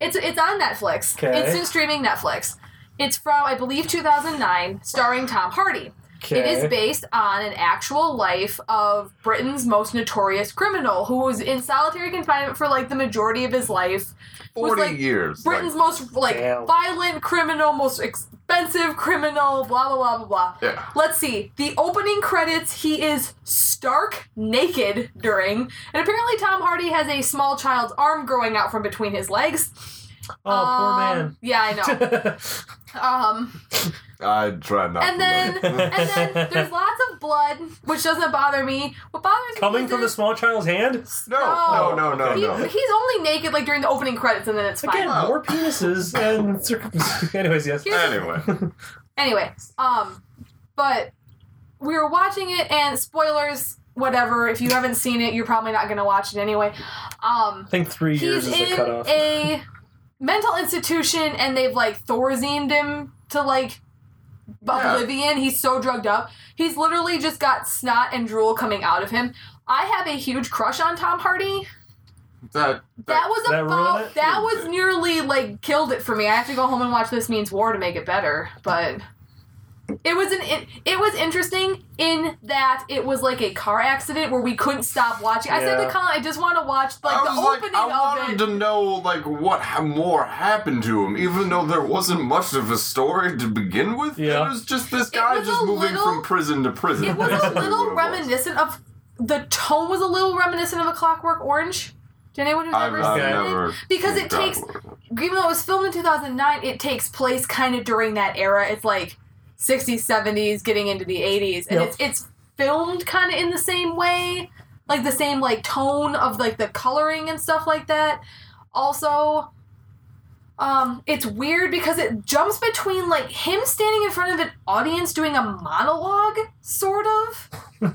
It's it's on Netflix. Okay. It's in streaming Netflix. It's from I believe 2009, starring Tom Hardy. It Okay. is based on an actual life of Britain's most notorious criminal who was in solitary confinement for like the majority of his life. Was, Forty like, years. Britain's like, most like Damn. violent criminal, most expensive criminal, blah blah blah blah blah. yeah. Let's see. The opening credits, he is stark naked during, and apparently Tom Hardy has a small child's arm growing out from between his legs. Oh, Um, Yeah, I know. poor man. Um, I tried not. to and then, look. and then there's lots of blood, which doesn't bother me. What bothers me Coming is from the there's- small child's hand. Oh. No, no, no, He, no, no. He's only naked like during the opening credits, and then it's fine. Again, more penises and circumcision. Anyways, yes. Here's- Anyway. Anyway, um, but we were watching it, and spoilers, whatever. If you haven't seen it, you're probably not gonna watch it anyway. Um, I think three years he's is the in cutoff. a mental institution, and they've like Thorzined him to like oblivion. He's so drugged up. He's literally just got snot and drool coming out of him. I have a huge crush on Tom Hardy. That, That was That ruin about it? that was nearly like killed it for me. I have to go home and watch This Means War to make it better, but it was an it, it was interesting in that it was like a car accident where we couldn't stop watching. I said Yeah. to Colin, I just want to watch like I the was like, opening I of it. wanted to know like what ha- more happened to him, even though there wasn't much of a story to begin with. Yeah. It was just this guy was just a moving little- from prison to prison. it was a Basically what little it was. reminiscent of the tone was a little reminiscent of a Clockwork Orange. Did anyone who's I've, ever I've seen it? never Because it God, takes- what- even though it was filmed in 2009, it takes place kind of during that era. It's like 60s, 70s, getting into the 80s, and Yep. it's it's filmed kind of in the same way, like the same like tone of like the coloring and stuff like that. Also, um, it's weird because it jumps between like him standing in front of an audience doing a monologue, sort of.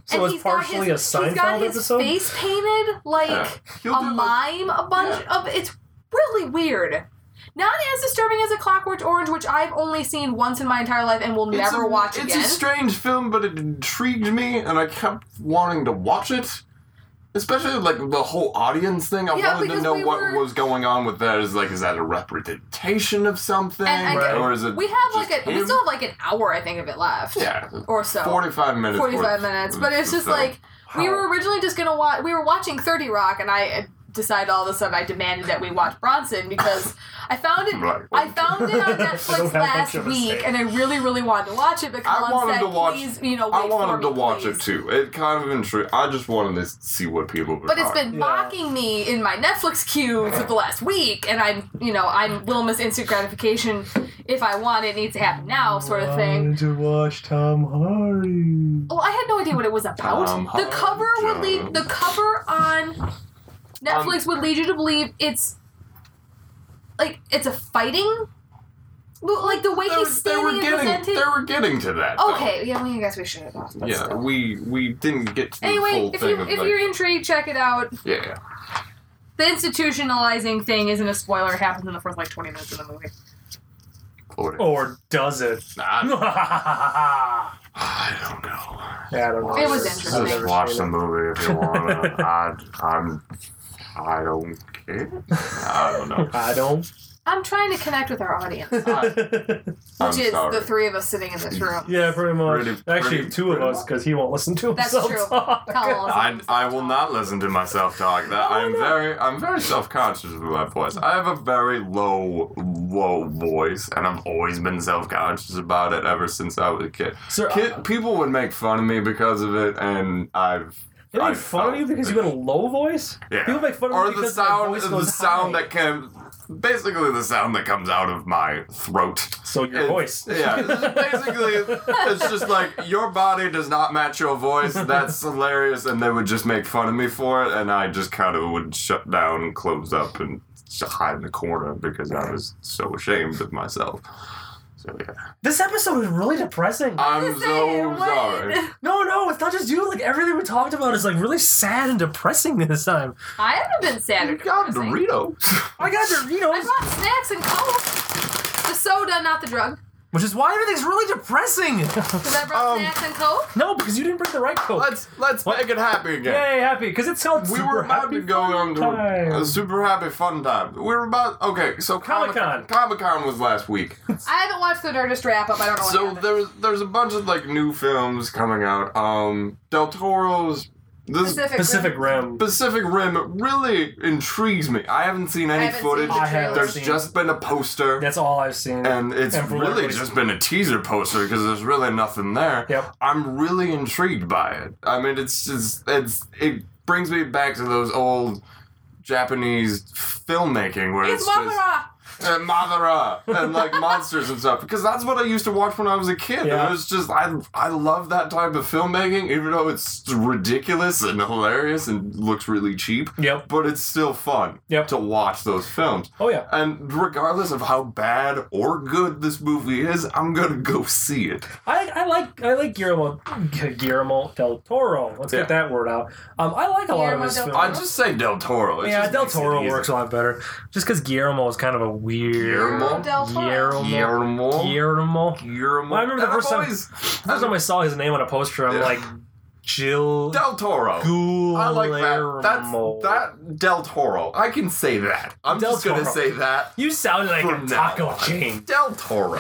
so it's he's got partially his- a Seinfeld He's got his episode. face painted like Yeah. He'll a do, like- mime, a bunch of it's really weird. Not as disturbing as a Clockwork Orange, which I've only seen once in my entire life and will it's never a- watch again. It's a strange film, but it intrigued me, and I kept wanting to watch it. Especially like the whole audience thing. I Yeah, wanted to because know we what were- was going on with that. Is like, is that a representation of something, And I- or is it? we have just like a we him? still have like an hour I think of it left. Yeah, Or so. 45 minutes. 45 worth minutes. of But it's just film. like we Wow. were originally just gonna watch we were watching 30 Rock and I decided all of a sudden I demanded that we watch Bronson because I found it. Black I found it on I don't Netflix have last much of a week, say. and I really, really wanted to watch it. But I Colin wanted said, to watch- "Please, you know, I wait wanted for to me, watch please. it too. It kind of intrigued. I just wanted to see what people were. But it's talking- been Yeah. mocking me in my Netflix queue for the last week, and I'm, you know, I'm Little Miss Instant Gratification. If I want it, it needs to happen now, sort of thing. to watch Tom Hardy. Well, Oh, I had no idea what it was about. Um, Tom Um, the cover would lead the cover on Netflix would lead you to believe it's like it's a fighting, well, like the way They, were- he's they standing were and getting. presented. They were getting to that. though. Okay, yeah, well, I guess we should have lost. Yeah, we we didn't get to the Anyway, full if thing you of if like, you're intrigued, check it out. yeah. The institutionalizing thing isn't a spoiler. It happens in the first like 20 minutes of the movie. Or, Or does it? I, I I don't know. don't know. It was interesting. Just watch the movie if you want. I I'm I don't care. I don't know. I don't. I'm trying to connect with our audience, which I'm is sorry. the three of us sitting in this room. yeah, pretty much. Pretty- Actually, pretty- two of pretty us because he won't listen to That's himself true. talk. Colin I, also- I will not listen to myself talk. That I'm very I'm very self conscious of my voice. I have a very low low voice, and I've always been self conscious about it ever since I was a kid. Sir, uh, Kid, people would make fun of me because of it, and I've. They I make fun of you felt because you it. got a low voice. Yeah. People make fun of or me because the sound, my voice the goes sound high. that can, basically the sound that comes out of my throat. So your It's- voice. Yeah, basically, it's just like your body does not match your voice. That's hilarious, and they would just make fun of me for it, and I just kind of would shut down, close up, and s- hide in the corner because I was so ashamed of myself. So yeah, This episode is really depressing. I'm so Same sorry. way. no, no, it's not just you. Like everything we talked about is like really sad and depressing this time. I haven't been sad. You or got depressing. Doritos. I got I Doritos, bought snacks and coke. The soda, not the drug. which is why everything's really depressing. Because I brought Um, snacks and coke. no, because you didn't bring the right coat. Let's let's What? make it happy again. Yay, happy because it sounds we super were about happy to go on to time. a super happy fun time. We were about okay, so Comic-Con. Oh, Comic Con was last week. I haven't watched the Nerdist wrap up. I don't know. so what there's there's a bunch of like new films coming out. Um, Del Toro's this Pacific, Pacific, Pacific Rim. Rim really intrigues me. I haven't seen I any haven't footage. seen the I haven't trailer. There's seen- just been a poster. That's all I've seen. And it's And from what really everybody's- just been a teaser poster because there's really nothing there. Yep. I'm really intrigued by it. I mean, it's just it's it brings me back to those old Japanese filmmaking where it's, It's just Wakara. and Madara and like monsters and stuff because that's what I used to watch when I was a kid. Yeah. And it was just I I love that type of filmmaking, even though it's ridiculous and hilarious and looks really cheap. Yep. But it's still fun Yep. to watch those films. Oh yeah. And regardless of how bad or good this movie is, I'm gonna go see it. I, I like I like Guillermo Guillermo del Toro. Let's Yeah. get that word out. Um, I like a lot of Guillermo his del films. I just say Del Toro. It yeah, just Del makes it Toro easy. works a lot better. Just because Guillermo is kind of a weird Guillermo? Del Toro. Guillermo. Guillermo. Guillermo. Guillermo. Well, I remember the And first I've time- always- First time I saw his name on a poster, I'm Yeah. like Jill Del Toro. Guillermo. I like that. That's that Del Toro. I can say that. I'm Del just gonna Toro. say that. You sound like From a now taco on. chain. Del Toro.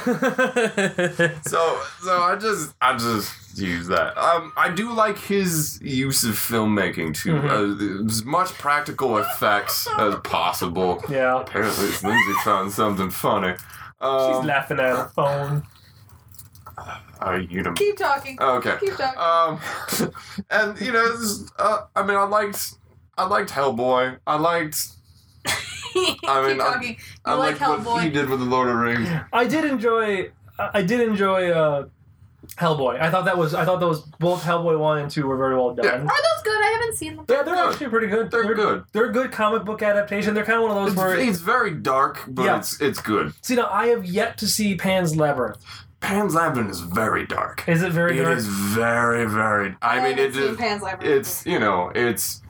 so so I just I just use that. Um, I do like his use of filmmaking too. Mm-hmm. Uh, as much practical effects as possible. yeah. Apparently, Lindsay found something funny. She's Um, laughing at her phone. are you gonna Keep talking. Okay. Keep talking. Um, and you know, this, uh, I mean, I liked, I liked Hellboy. I liked, I mean, Keep I- talking. You I like liked what he Hellboy. did with the Lord of the Rings. I did enjoy. I I did enjoy uh, Hellboy. I thought that was. I thought those both Hellboy one and two were very well done. Yeah. Are those good? I haven't seen them. They're, they're good. actually pretty good. They're good. They're good comic book adaptation. They're kind of one of those It's, where it's very dark, but Yeah. it's it's good. see now I have yet to see Pan's Labyrinth. Pan's Labyrinth is very dark. Is it very It dark? is very very. I, mean, haven't it seen is. Pan's Labyrinth. It's you know it's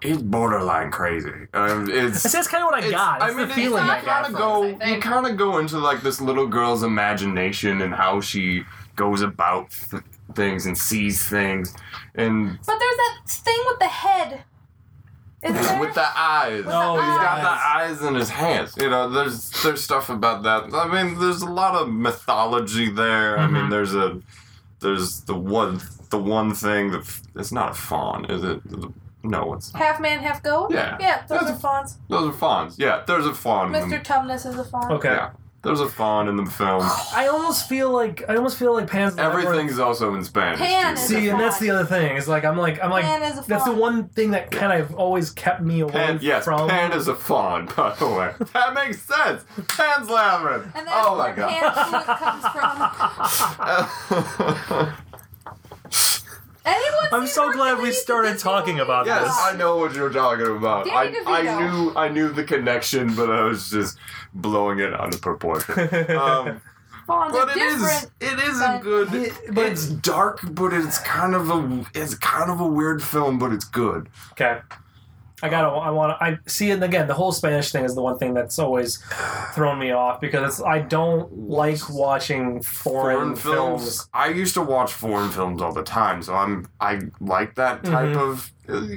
it's borderline crazy. Um, That's, it's. that's kind of what I It's, got. It's I mean, the it- feeling you I not got. kind of from go, it, I you think. kind of go into like this little girl's imagination and how she goes about th- things and sees things, and But there's that thing with the head. Isn't there? with the eyes. Oh, With He's got yeah. the eyes in his hands. You know, there's there's stuff about that. I mean, there's a lot of mythology there. I mean, Mhm. there's a there's the one the one thing that it's not a fawn, is it? The No, it's Half man, half goat? Yeah. Yeah, those That's- are fawns. those are fawns. Yeah, there's a fawn. In the, Mr. Tumnus is a fawn. Okay. Yeah, there's a fawn in the film. I almost feel like I almost feel like Pan's the network- Everything's also in Spanish. Pan too. is- See, and that's the other thing. Is like I'm like I'm like Pan is a that's the fawn. one thing that kind of always kept me away Pan, yes, from. Pan is a fawn, by the way. That makes sense. Pan's Labyrinth. And that's oh my where god. pan fluid comes from. Anyone I'm seen so glad we Hercules? started talking about yes, this. I know what you're talking about. I, Danny I DeVito. knew I knew the connection, but I was just blowing it out of proportion. Um, Fawns are but it is different. it is a but- good. but- it's dark, but it's kind of a it's kind of a weird film, but it's good. Okay. I gotta. I want to. I see. And again, the whole Spanish thing is the one thing that's always thrown me off because it's, I don't like watching foreign, films. I used to watch foreign films all the time, so I'm I Mm-hmm. like that type of.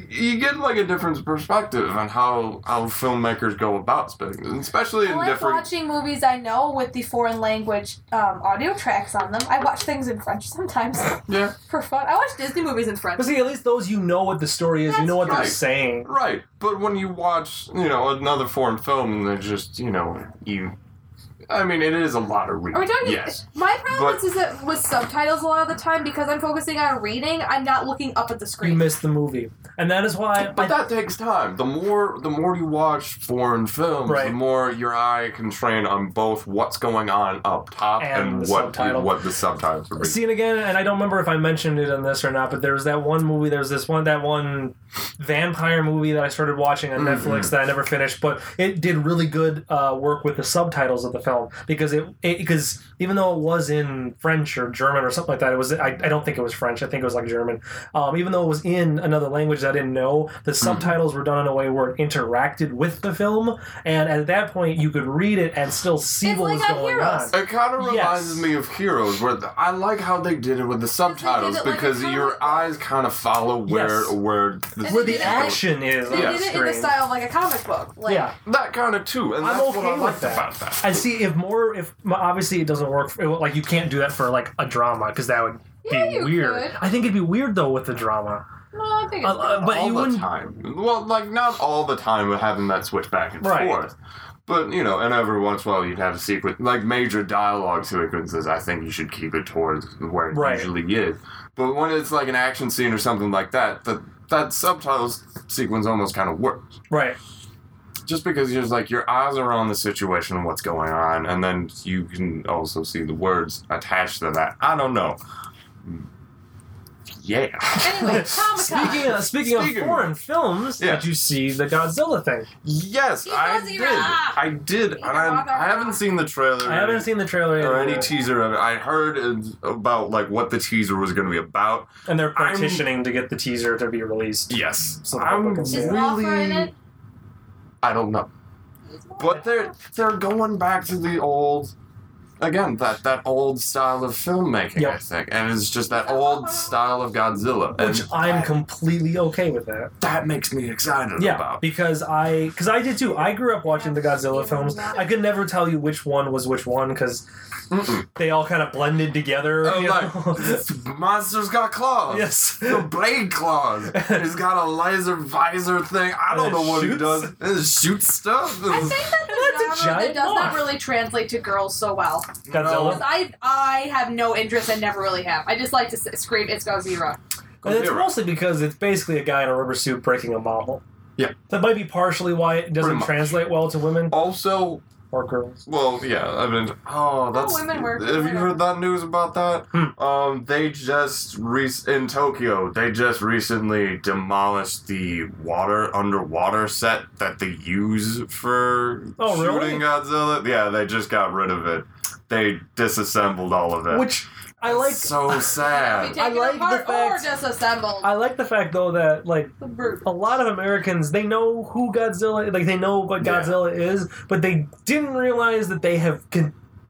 You get like a different perspective on how how filmmakers go about spinning, this, especially Oh, I in like different. watching movies I know with the foreign language um, audio tracks on them. I watch things in French sometimes Yeah, for fun. I watch Disney movies in French. But see, at least those you know what the story is. You know what they're That's saying. right. But when you watch, you know, another foreign film, and they're just, you know, you. I mean, it is a lot of reading. Are we talking? Yes. My problem But- is that with subtitles a lot of the time because I'm focusing on reading, I'm not looking up at the You screen. miss the movie, and that is why. But that takes time. The more the more you watch foreign films, Right. the more your eye can train on both what's going on up top And and, the what subtitle. what the subtitles are. I, see it again, and I don't remember if I mentioned it in this or not. But there was that one movie. There was this one that one vampire movie that I started watching on Netflix that I never finished. But it did really good uh, work with the subtitles of the film because it because even though it was in French or German or something like that, it was I, I don't think it was French. I think it was like German. Um, even though it was in another language that I didn't know, the subtitles were done in a way where it interacted with the film, and at that point you could read it and still see It's what like was on going Heroes. on. It kind of Yes. reminds me of Heroes, where the, I like how they did it with the subtitles it like a because comic your book. eyes kind of follow where Yes. where the, And Where the Yeah. action is They on did it in screen. the style of like a comic book. Like, yeah, that kind of too, and I'm that's okay what I with liked that. about that. and see if more if obviously it doesn't work for, like you can't do that for like a drama because that would Yeah, be you weird could. i think it'd be weird though with the drama No, I think Uh, it's uh, but all you the wouldn't time. Well, like not all the time with having that switch back and Right. forth. But you know, and every once in a while you'd have a sequence like major dialogue sequences. I think you should keep it towards where it Right. usually is. But when it's like an action scene or something like that, that that subtitles sequence almost kind of works. right Just because you're just like your eyes are on the situation, what's going on, and then you can also see the words attached to that. I don't know. Yeah. anyway, Comic Con. speaking of, speaking, Speaking of of- foreign films Yeah. did you see the godzilla thing Yes, He I does did. even- ah! I did. And He I, does I haven't seen the trailer. i haven't seen the trailer or yet any teaser of it. I heard it- about like what the teaser was going to be about. and they're I'm- petitioning to get the teaser to be released Yes, So the I'm public can see Is it. Mothra in really. it? I don't know, but they're they're going back to the old. Again, that, that old style of filmmaking, I Yep. think, and it's just that old style of Godzilla, which and i'm completely okay with that that makes me excited yeah about. because i because i did too i grew up watching the godzilla films i could never tell you which one was which one because Mm-mm. they all kind of blended together I'm you know? like, monsters got claws. yes The blade claws. He's got a laser visor thing. I And don't it know what shoots. he does. It shoots stuff. I think that That's the a genre that giant does moth. not really translate to girls so well. Godzilla? Because I, I have no interest and never really have. I just like to s- scream, "It's Godzilla." And it's Zero. mostly because it's basically a guy in a rubber suit breaking a model. Yeah. That might be partially why it Pretty doesn't much. translate well to women Also, or girls. well, yeah. I mean, oh, that's. women were- have you heard that news about that? Hmm. Um, they just re- in Tokyo. They just recently demolished the water underwater set that they use for Oh, really? shooting Godzilla. Yeah, they just got rid of it. They disassembled all of it. Which I like Uh, so Be sad. taken like the apart or fact- disassembled. I like the fact though that like the brute. a lot of Americans they know who Godzilla like they know what Yeah. Godzilla is, but they didn't realize that they have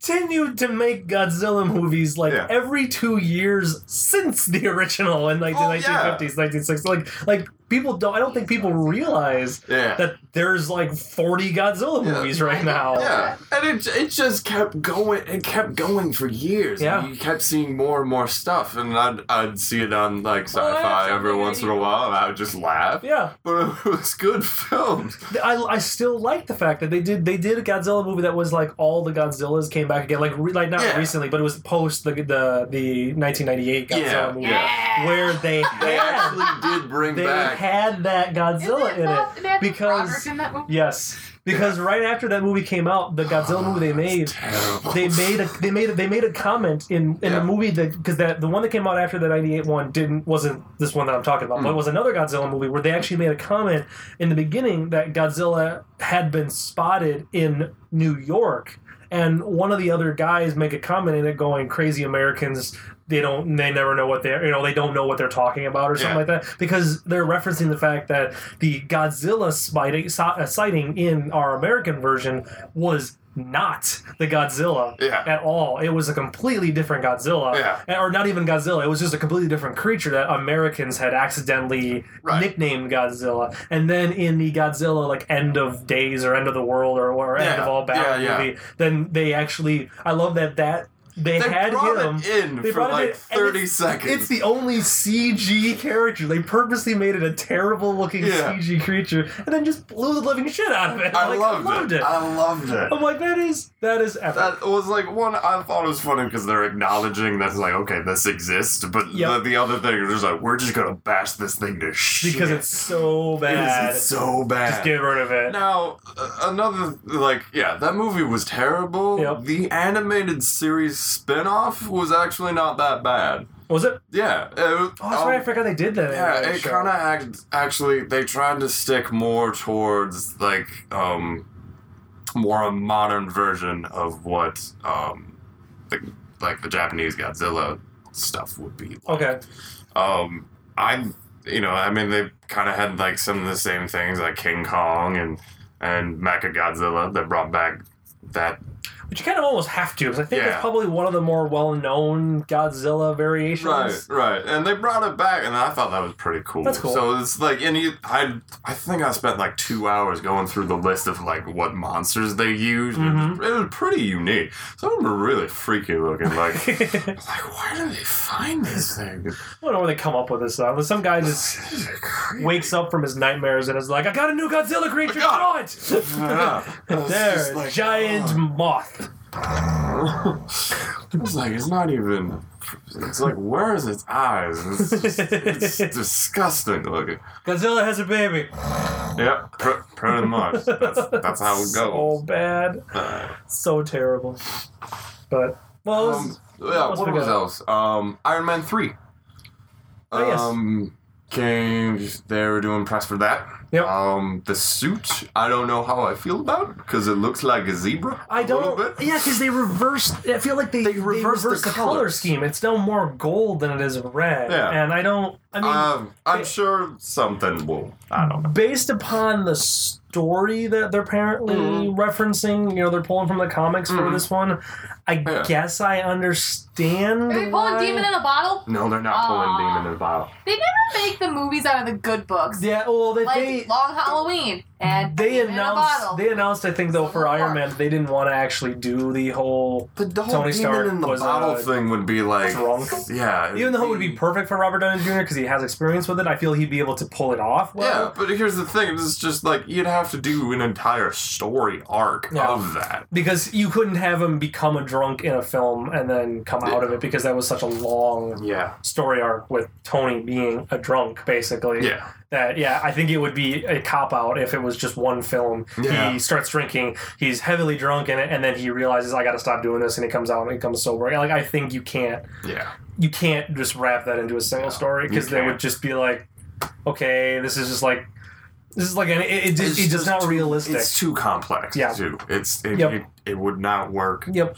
continued to make Godzilla movies like Yeah. every two years since the original in like the Oh, yeah. 1950s, 1960s. Like like people don't. I don't think people realize Yeah. that there's like 40 Godzilla Yeah. movies right now. Yeah, and it, it just kept going. It kept going for years. Yeah. you kept seeing more and more stuff, and I'd, I'd see it on like Well, that's sci-fi every something once that in a you- while, and I would just laugh. Yeah, But it was good films. I, I still like the fact that they did they did a Godzilla movie that was like all the Godzillas came back again, like re, like not Yeah. recently, but it was post the the the 1998 Godzilla Yeah, movie yeah. where they They had actually did bring they back. had that Godzilla in it. because- Roderick in that movie? Yes, because right after that movie came out, the Godzilla movie they made, Oh, terrible. they made a they made a, they made a comment in in Yeah. the movie that because that the one that came out after the '98 one didn't wasn't this one that I'm talking Mm. about, but it was another Godzilla movie where they actually made a comment in the beginning that Godzilla had been spotted in New York. And one of the other guys make a comment in it, going, "Crazy Americans, they don't, they never know what they're, you know, they don't know what they're talking about, or something Yeah. like that, because they're referencing the fact that the Godzilla sighting, si- uh, sighting in our American version was not the Godzilla Yeah. at all. It was a completely different Godzilla, Yeah. And- or not even Godzilla. It was just a completely different creature that Americans had accidentally Right. nicknamed Godzilla. And then in the Godzilla like end of days or end of the world or, or end Yeah. of all battle Yeah, yeah. movie, then they actually. I love that that they, They had brought him. it in They for brought it in, like and thirty it's- seconds. It's the only CG character. They purposely made it a terrible looking Yeah. CG creature and then just blew the living shit out of it. I Like, loved, it. I loved it. I'm like, that is that is epic. That was like one I thought was funny because they're acknowledging that's like okay this exists, but Yep. the, the other thing is just like we're just gonna bash this thing to shit because it's so bad. It's so bad. Just get rid of it. now uh, another like yeah that movie was terrible. Yep. The animated series spin-off was actually not that bad. Was it? Yeah, it, was- Oh, that's um, right. I forgot they did that. yeah, animated it show. kind of act, actually they tried to stick more towards like um more a modern version of what um the, like the Japanese Godzilla stuff would be. Like. Okay. Um, I you know I mean they kind of had like some of the same things like King Kong and and Mecha Godzilla that brought back that But you kind of almost have to because I think Yeah. it's probably one of the more well-known Godzilla variations. Right, right. And they brought it back, and I thought that was pretty cool. That's cool. So it's like, and you, I, I think I spent like two hours going through the list of like what monsters they used. It, Mhm. was, it was pretty unique. Some of them were really freaky looking. Like, like where do they find these things? I don't know where they come up with this stuff. But some guy just These are crazy. wakes up from his nightmares and is like, "I got a new Godzilla creature. Draw it!" Yeah. I was there, just like, giant oh. moth. I oh. was like, it's not even. It's like, where is its eyes? It's, just, it's disgusting looking. Godzilla has a baby. Yep, pr- pretty much. That's, that's how it So goes. bad. So terrible. But well, it was- Um, yeah, else what we was got? else? Um, Iron Man 3. Oh, yes. Um, came, they were doing press for that. Yep. Um, the suit, I don't know how I feel about because it looks like a zebra. I A don't. little bit. Yeah, because they reversed. I feel like they, They they, reversed reversed, the the, color. colors. scheme. It's now more gold than it is red. Yeah. And I don't. I mean, Um, I'm it- sure something will. I don't know. based upon the story that they're apparently Mm-hmm. referencing, you know, they're pulling from the comics for Mhm. this one. I Yeah. guess I understand. Are they pulling why- demon in a bottle? No, they're not Aw. pulling Demon in a Bottle. They never make the movies out of the good books. Yeah. Well, they. like they Long Halloween and they Demon in a bottle. announced. They announced. I think though for Park. Iron Man, they didn't want to actually do the whole. The whole Tony Demon Stark in the was, Bottle uh, thing would be like. drunk. Yeah. Even though it would be perfect for Robert Downey Jr. because he has experience with it, I feel he'd be able to pull it off. yeah, Well. but here's the thing. It's just like you'd have to do an entire story arc Yeah. of that. because you couldn't have him become a drunk in a film and then come out of it because that was such a long Yeah. story arc with Tony being a drunk basically. Yeah. That yeah, I think it would be a cop out if it was just one film. Yeah. He starts drinking, he's heavily drunk in it, and then he realizes I got to stop doing this, and he comes out and he comes sober. Like I think you can't Yeah. you can't just wrap that into a single story because they can't. would just be like, okay, this is just like this is like an, it, it, It's it's, it's just not too- realistic. It's too complex. Yeah. Too. It's it, Yep. it, it would not work. yep.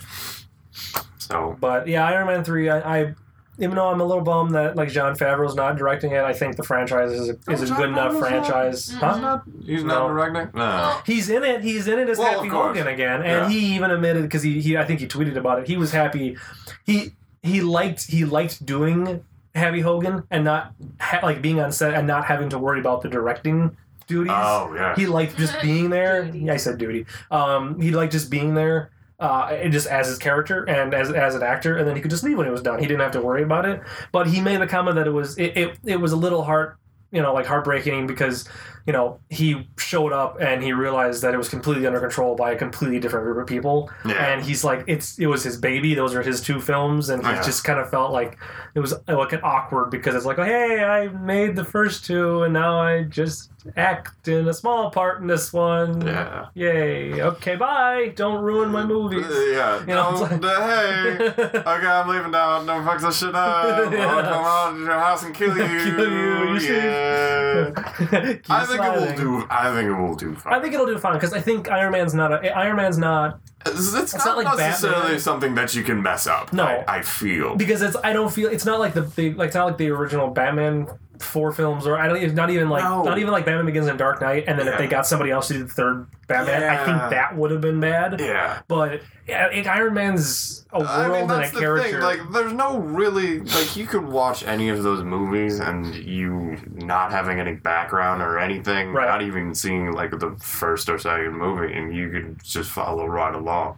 So But yeah, Iron Man three. I, I even though I'm a little bummed that like John Favreau's not directing it, I think the franchise is a, is a Oh, John good enough Favreau's not- Mm-hmm. franchise. Mm-mm. Huh? he's No. not directing. No. Well, He's in it. He's in it as Well, Happy of course. Hogan again, and Yeah. he even admitted because he, he I think he tweeted about it. He was happy. He he liked he liked doing Happy Hogan and not ha- like being on set and not having to worry about the directing duties. Oh yeah. He liked just being there. Duty. Yeah, I said duty. Um, he liked just being there, uh, and just as his character and as as an actor, and then he could just leave when it was done. He didn't have to worry about it. But he made the comment that it was it it, it was a little heart you know like heartbreaking because you know he showed up and he realized that it was completely under control by a completely different group of people yeah. and he's like it's it was his baby those are his two films and he Yeah. just kind of felt like it was like an awkward because it's like oh, hey i made the first two and now i just act in a small part in this one yeah. yay okay bye don't ruin my movies Yeah. know, Don't- uh, it's hey. Okay, I'm leaving now. Don't fuck this shit up. I'll Yeah. come out to your house and kill you. Kill you, you see? Yeah. Keep I think it will smiling. do. I think it will do fine. I think it'll do fine because I think Iron Man's not a Iron Man's not it's, it's It's not not, like necessarily Batman. something that you can mess up. No. I, I feel. because it's I don't feel it's not like the, the like it's not like the original Batman four films or I don't it's not even like No. not even like Batman Begins and Dark Knight and then if Yeah. they got somebody else to do the third Batman I Yeah. think that would have been bad yeah. but yeah, it, Iron Man's a world I mean, that's and the a character thing. Like, there's no really like you could watch any of those movies and you not having any background or anything, Right. not even seeing like the first or second movie, and you could just follow right along.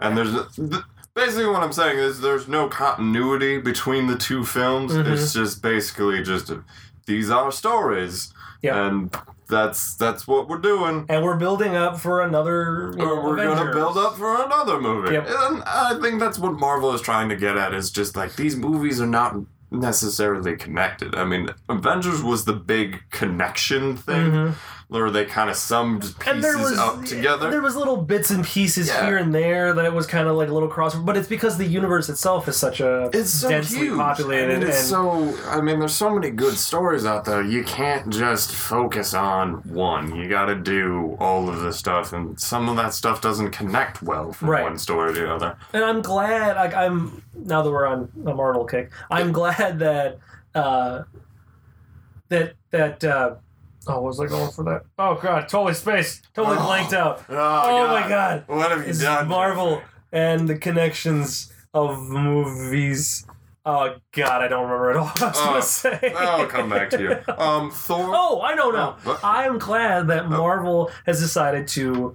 And there's th- basically what I'm saying is there's no continuity between the two films. Mhm. It's just basically just these are stories, Yeah. and that's that's what we're doing and we're building up for another you or know, we're going to Avengers. build up for another movie. Yep. And I think that's what Marvel is trying to get at is just like these movies are not necessarily connected. I mean, Avengers was the big connection thing Mhm. where they kind of summed and there pieces was up together. there was little bits and pieces Yeah. here and there that was kind of like a little crossover but it's because the universe itself is such a it's so densely huge. populated I mean, it's and- so I mean, there's so many good stories out there. You can't just focus on one. You got to do all of this stuff, and some of that stuff doesn't connect well from Right. one story to the other. and I'm glad. Like I'm now that we're on a Marvel kick. I'm glad that uh, that that. Uh, oh, what was I going for that? Oh god, totally spaced, totally Oh. blanked out. Oh, Oh my god, What have you it's done? Marvel and the connections of movies. Oh god, I don't remember at all. What I was Oh. gonna say. I'll come back to you. Um, Thor. Oh, I know now. Oh, what? Oh. I'm glad that Marvel has decided to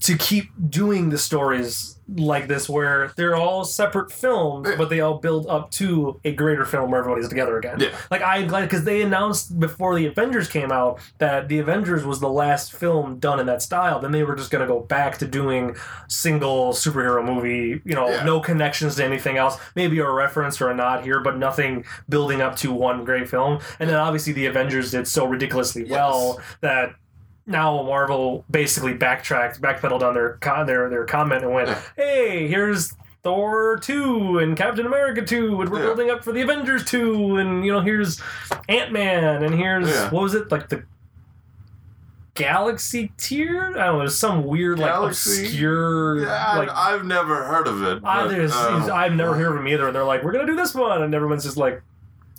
to keep doing the stories like this where they're all separate films Yeah. but they all build up to a greater film where everybody's together again Yeah. like i'm glad because they announced before the avengers came out that the avengers was the last film done in that style then they were just going to go back to doing single superhero movie you know Yeah. no connections to anything else maybe a reference or a nod here but nothing building up to one great film and then obviously the avengers did so ridiculously well that now Marvel basically backtracked, backpedaled on their con- their their comment and went, Yeah. "Hey, here's Thor two and Captain America two, and we're Yeah. building up for the Avengers two, and you know here's Ant Man, and here's Yeah. what was it like the Galaxy tier? I don't know, there's some weird Galaxy? like obscure Yeah, I- like." I've never heard of it. I, but, Ah, there's, um, I've never heard of them either, and they're like, "We're gonna do this one," and everyone's just like,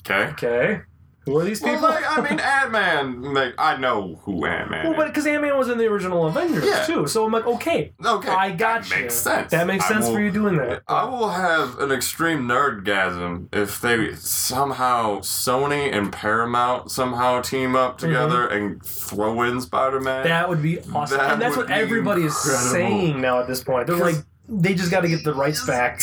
Okay. "Okay, who are these Well, people?" like, I mean, Ant Man. Like, I know who Ant Man. well, but because Ant Man was in the original Avengers Yeah. too, so I'm like, "Okay, is. okay, I got that you. Makes sense. That makes I sense will- for you doing that. I will have an extreme nerdgasm if they somehow Sony and Paramount somehow team up together Mm-hmm. and throw in Spider Man. that would be awesome. That and that's what would be everybody is incredible. saying now at this point. They're like, they just got to get the rights back.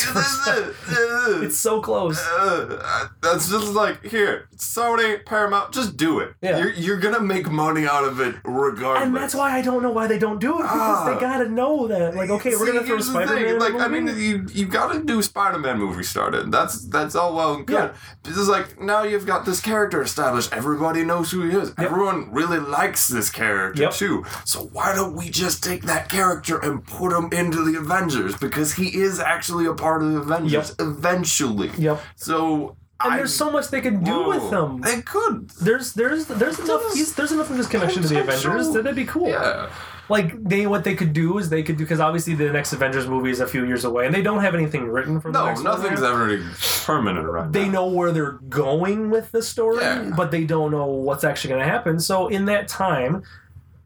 it's so close. Uh, that's just like here, Sony, Paramount, just do it. Yeah. You're, you're gonna make money out of it regardless. And that's why I don't know why they don't do it because Ah. they gotta know that. Like, okay, we're See, gonna throw here's the Spider Man. thing, Like I mean, you you gotta do Spider Man movie started. That's that's all well and good. Yeah. This is like now you've got this character established. Everybody knows who he is. Everyone really likes this character Yep. too. So why don't we just take that character and put him into the Avengers because he is actually a part of the Avengers eventually. yep. So And I- there's so much they can do with Whoa. them. Oh, They could. There's there's there's enough he's, there's enough of this connection to the potential. Avengers that that'd be cool. Yeah. Like they what they could do is they could do because obviously the next Avengers movie is a few years away and they don't have anything written for the No, next one nothing's yet. ever permanent right they now. know where they're going with the story, Yeah. but they don't know what's actually going to happen. So in that time,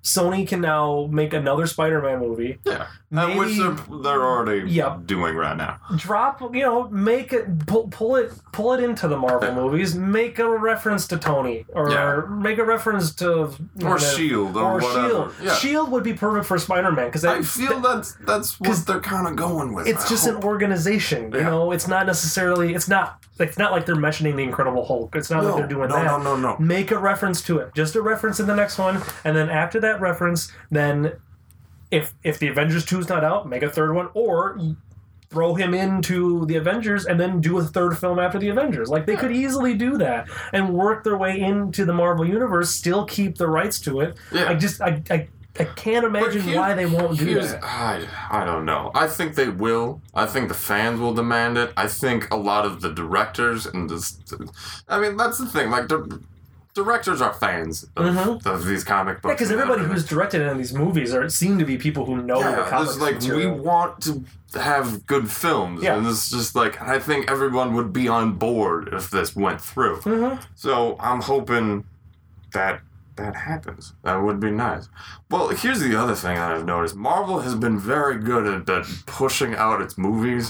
Sony can now make another Spider-Man movie. Yeah. Maybe Uh, which they're, they're already Yep. doing right now. drop, you know, make it pull, pull it pull it into the Marvel Yeah. movies. Make a reference to Tony or Yeah. make a reference to you know, Or Shield E or, or whatever. Shield. Yeah. Shield E would be perfect for Spider-Man because I feel that's that's what 'Cause they're kind of going with. it's I just hope. an organization. You Yeah. know, it's not necessarily it's not it's not like they're mentioning the Incredible Hulk. It's not no, like they're doing no, that. no, no, no, Make a reference to it. Just a reference in the next one, and then after that reference, then if if the Avengers two is not out, make a third one, or y- throw him into the Avengers and then do a third film after the Avengers. Like they could easily do that and work their way into the Marvel universe, still keep the rights to it. Yeah. I just I I, I can't imagine here- why they won't do Here's- that. I, I don't know. I think they will. I think the fans will demand it. I think a lot of the directors and just, I mean, that's the thing. Like, the directors are fans of, Mhm. of these comic Yeah, books. because and everybody everything. who's directed in these movies are seem to be people who know the yeah, comics. this, like Oh, material. we want to have good films, Yeah. and it's just like I think everyone would be on board if this went through. Mhm. So I'm hoping that that happens. That would be nice. Well, here's the other thing that I've noticed: Marvel has been very good at, at pushing out its movies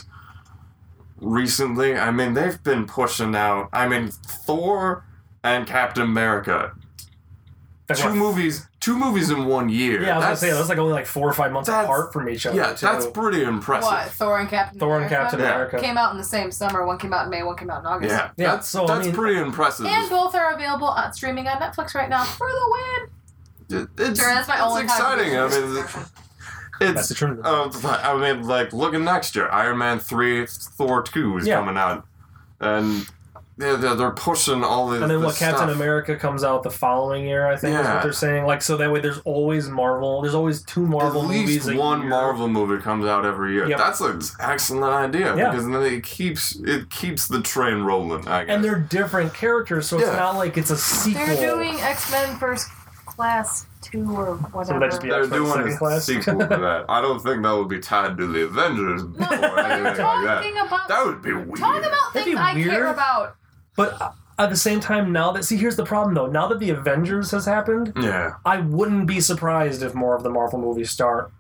recently. I mean, they've been pushing out. I mean, Thor and Captain America, Like, two what, movies, two movies in one year. Yeah, I was that's, gonna say that's like only like four or five months that's- apart from each other. yeah, too. that's pretty impressive. What? Thor and Captain Thor and America? Captain Yeah. America. Came out in the same summer. One came out in May, one came out in August. Yeah, Yeah, that's so, I that's mean- pretty impressive. And both are available on streaming on Netflix right now for the win. It- it's Sure, that's my it's only exciting. I contribution. mean, it's, That's the it's truth. uh, I mean, like looking next year, Iron Man three, Thor two is Yeah. coming out, and they're, they're, they're pushing all this. and then this what Captain stuff. America comes out the following year, I think is Yeah. what they're saying. Like so that way there's always Marvel. There's always two Marvel At movies. least a one year. Marvel movie comes out every year. Yep. That's an excellent idea Yeah. because then it keeps it keeps the train rolling. I guess. And they're different characters, so it's Yeah. not like it's a sequel. They're doing X Men First Class 2 or whatever. So would that just be They're X-Men doing second a class? sequel to that. I don't think that would be tied to the Avengers or anything like that. Talking about, That would be weird. talk about That'd be things I care weird. about. But uh, at the same time, now that see, here's the problem though. Now that the Avengers has happened, yeah. I wouldn't be surprised if more of the Marvel movies start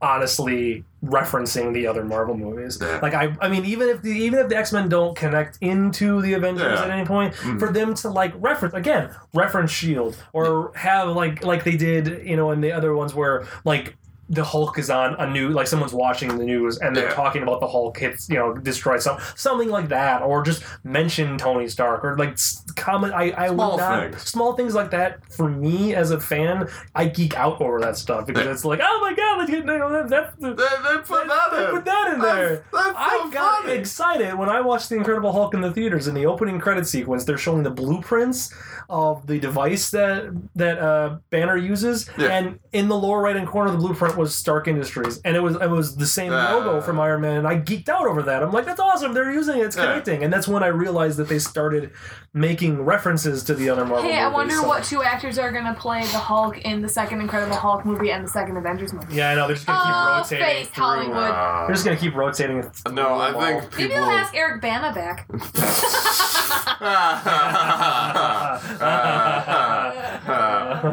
honestly referencing the other Marvel movies. Yeah. Like I I mean even if the even if the X-Men don't connect into the Avengers Yeah. at any point, Mhm. for them to like reference again, reference Shield E or have like like they did, you know, in the other ones where like the Hulk is on a new like someone's watching the news and they're Yeah. talking about the Hulk hits you know destroy some something like that or just mention Tony Stark or like s- comment I I Small would not things. small things like that for me as a fan I geek out over that stuff because Yeah. it's like oh my god like, you know, that, that's the, They, they put that they in. put that in there. That's, that's so I got funny. excited when I watched The Incredible Hulk in the theaters. In the opening credit sequence, they're showing the blueprints of the device that that uh, Banner uses, Yeah. and in the lower right hand corner, of the blueprint was Stark Industries, and it was it was the same Ah. logo from Iron Man. And I geeked out over that. I'm like, that's awesome! They're using it. It's Yeah. connecting, and that's when I realized that they started making references to the other Marvel. Hey, I movies, wonder so- what two actors are going to play the Hulk in the second Incredible Hulk movie and the second Avengers movie. Yeah, I know they're just gonna Oh, keep rotating. face through. Hollywood. Uh, They're just gonna keep rotating. it through no, the I wall. think Maybe people. they'll ask Eric Bana back.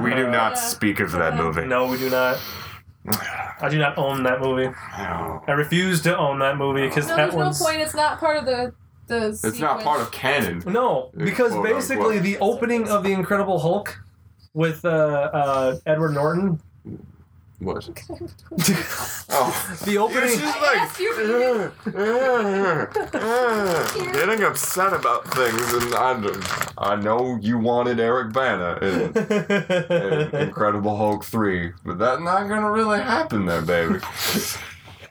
we do not speak of that movie. No, we do not. I do not own that movie. I refuse to own that movie because No, that there's one's no point. It's not part of the the. It's not part of canon. no because Quote, basically unquote. the opening of the Incredible Hulk with uh, uh, Edward Norton. What? the Oh. opening. She's I asked you. like getting upset about things, and I, I know you wanted Eric Bana in, in Uh, Incredible Hulk three, but that's not gonna really happen there, baby.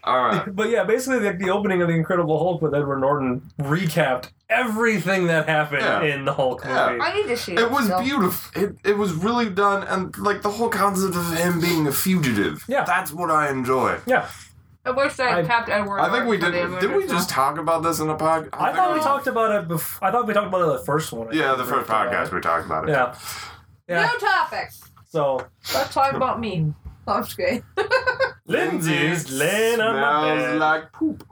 All right. But yeah, basically like the opening of the Incredible Hulk with Edward Norton recapped everything that happened Yeah. in the Hulk Yeah. movie. I need to shoot. It was beautiful. It, it was really done, and like the whole concept of him being a fugitive. Yeah. that's what I enjoy. Yeah, I wish I, I- tapped Edward. I think we Norton for did. the Did we Avengers just talk about this in a podcast? I thought we talked about it. Bef- I thought we talked about it in the first one. I Yeah, think the we first talked about podcast we talked about it. it. Yeah, movie? yeah. Mm. No topic. So Let's talk about me. Oh, I'm just kidding. Lindsay's laying on my smells bed. like poop.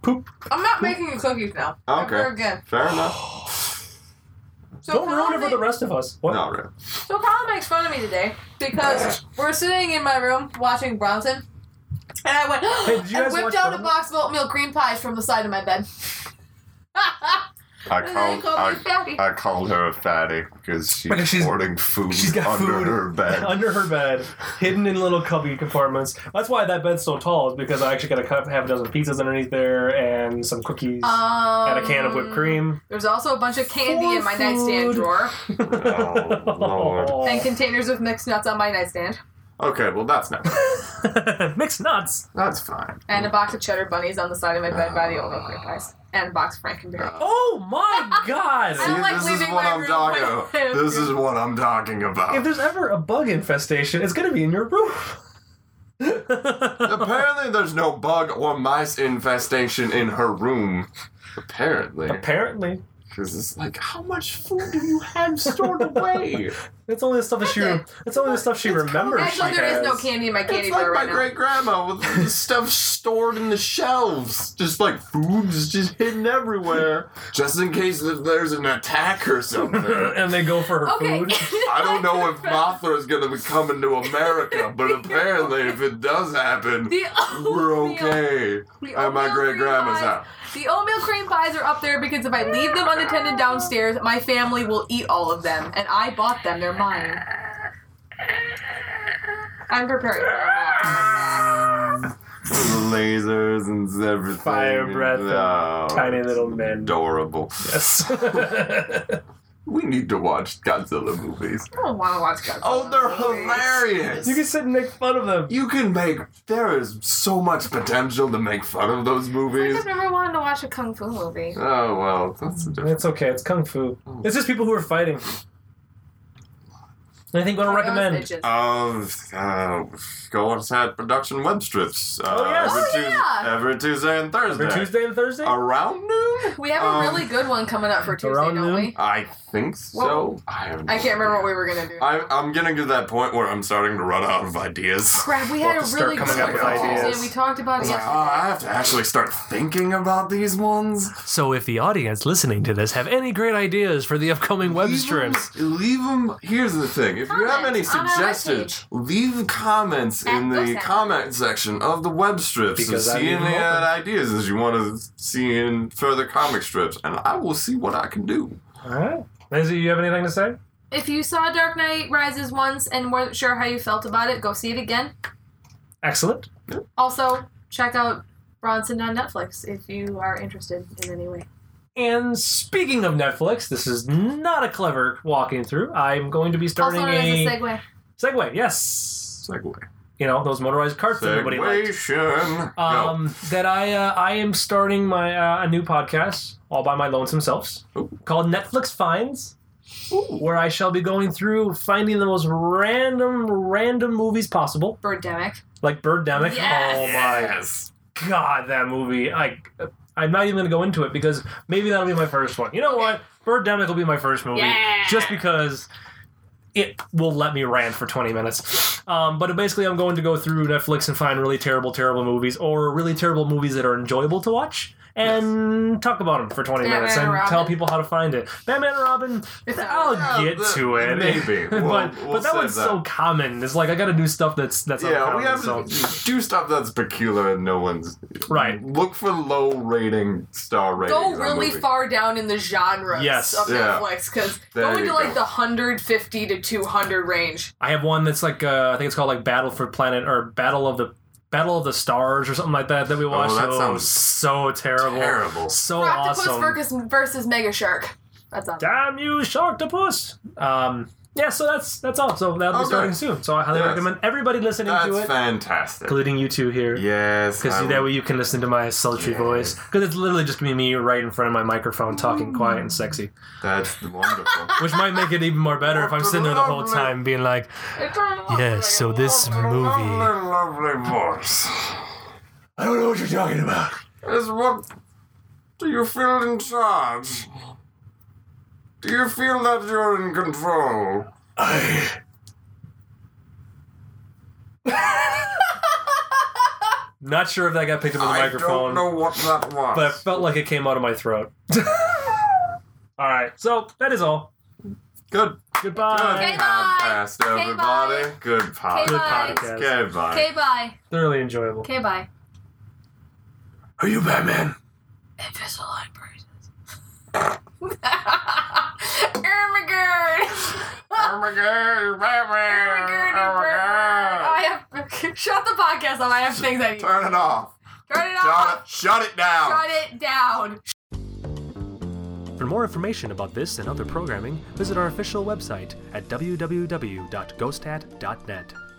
poop. I'm not making you cookies now. Okay. Ever again. Fair enough. So Don't ruin it Colin- for the rest of us. What? Not really. So Colin makes fun of me today. because we're sitting in my room watching Bronson, and I went Hey, did you and guys whipped watch out a Bronson? box of oatmeal green pies from the side of my bed. I and then he called, called me Oh, I, fatty. I called her a fatty because she's, Because she's- hoarding food she's got under food. her bed. Under her bed, hidden in little cubby compartments. That's why that bed's so tall, is because I actually got a cup, half a dozen pizzas underneath there, and some cookies, Um, and a can of whipped cream. There's also a bunch of candy For in my food. nightstand drawer Oh, Lord. and containers with mixed nuts on my nightstand Okay, well that's not. Mixed nuts. That's fine. and a box of cheddar bunnies on the side of my bed by the oatmeal cream pies and a box of Frankenberry. Oh my I god! don't like this is leaving what my I'm room talking when about. I have This to. is what I'm talking If about. there's ever a bug infestation, it's gonna be in your roof. Apparently, there's no bug or mice infestation in her room. Apparently, Apparently, because it's like, how much food do you have stored away? it's only the stuff that she. Re- it's only the stuff she remembers. Actually, she there is no has. candy in my candy It's like drawer my right great grandma with the stuff stored in the shelves, just like foods just hidden everywhere, just in case that there's an attack or something. and they go for her now. Okay. food. I don't know if Mothra is gonna be coming to America, but apparently, if it does happen, the we're oatmeal- okay the at my oatmeal great grandma's cream house. pies- The oatmeal cream pies are up there because if I leave them unattended downstairs, my family will eat all of them, and I bought them. They're mine. I'm preparing for a Lasers and everything. Fire breath and Oh, tiny it's little men. Adorable. Yes. We need to watch Godzilla movies. I don't want to watch Godzilla. Oh, they're movies. hilarious. you can sit and make fun of them. You can make. There is so much potential to make fun of those movies. I've never wanted to watch a kung fu movie. Oh well, that's a different. It's okay. It's kung fu. It's just people who are fighting. Anything going to recommend? Those bitches. Um, uh, go on Sad Production web strips. Uh, Oh, yes. every, Oh, Tues- yeah. every Tuesday and Thursday. For Tuesday and Thursday? Around noon? We have a Um, really good one coming up for Tuesday, around don't noon? we? I think so. Well, I, have no I can't remember what idea. we were gonna do. I'm, I'm getting to that point where I'm starting to run out of ideas. Crap, we We'll had have a to start really good coming up one with for ideas. Tuesday. We talked I about it was like, oh, yesterday. I have to actually start thinking about these ones. So, if the audience listening to this have any great ideas for the upcoming web Leave 'em- strips, Leave them. Here's the thing: if you have any Comments on our suggestions, leave comments At in the Gosend. comment section of the web strips and Because I see leave 'em any open. uh, ideas that you want to see in further comic strips, and I will see what I can do. All right. Lindsay, you have anything to say? If you saw Dark Knight Rises once and weren't sure how you felt about it, go see it again. Excellent. Also, check out Bronson on Netflix if you are interested in any way. And speaking of Netflix, this is not a clever walking through. I'm going to be starting also known a, as a segue. Segway. Yes. Segway. You know those motorized carts that everybody likes. Segwation. Go. Um, that I uh, I am starting my uh, a new podcast all by my lonesome selves Ooh. called Netflix Finds, where I shall be going through finding the most random random movies possible, Birdemic. like Birdemic. Yes! Oh my Yes. god, that movie! I I'm not even gonna go into it because maybe that'll be my first one. You know what? Birdemic will be my first movie Yeah. Oh, just because it will let me rant for 20 minutes. Um, but basically, I'm going to go through Netflix and find really terrible, terrible movies or really terrible movies that are enjoyable to watch and talk about them for 20 Batman minutes and and Robin. tell people how to find it. Batman and Robin, It's I'll Yeah, get the- to it. maybe. but We'll- we'll but that save one's so common. It's like I got to do stuff that's that's Yeah, we uncommon, have so. to do stuff that's peculiar and no one's Right. Look for low rating star ratings. Go on really movies. far down in the genres Yes. of Yeah. Netflix because There going you to like go. the 150 to 200 range. I have one that's like uh, I think it's called like Battle for Planet or Battle of the Battle of the Stars or something like that that we watched. that Oh, sounds so terrible, terrible. so Octopus awesome. versus, versus Mega Shark. That's on. Damn you, Sharktopus! Um, yeah, so that's that's all. So that'll be Okay. starting soon. So I highly Yes. recommend everybody listening That's to it, fantastic. including you two here. Yes. Because I that would- way you can listen to my sultry Yes. voice. Because it's literally just gonna be me right in front of my microphone talking quiet and sexy. That's wonderful. Which might make it even more better if I'm sitting there the whole time being like, yes, so this movie. Lovely, lovely voice. I don't know what you're talking about. Is what? Do you feel in charge? Do you feel that you're in control? not sure if that got picked up on the I microphone. don't know what that was. but I felt like it came out of my throat. all right, so that is all. Good. Goodbye. Good Okay, bye. podcast, Okay, everybody. Good Okay, Good bye. podcast. podcast. Good bye. Okay, bye. Thoroughly enjoyable. Okay, bye. Are you Batman? Invisalign braces. Ermagerd! Oh my god, Batman! Ermagerd Oh my God. I have. Shut the podcast off. I have things I need. Turn Turn it off. it Shut off. it, shut it down. Shut it down. For more information about this and other programming, visit our official website at www.ghostat.net.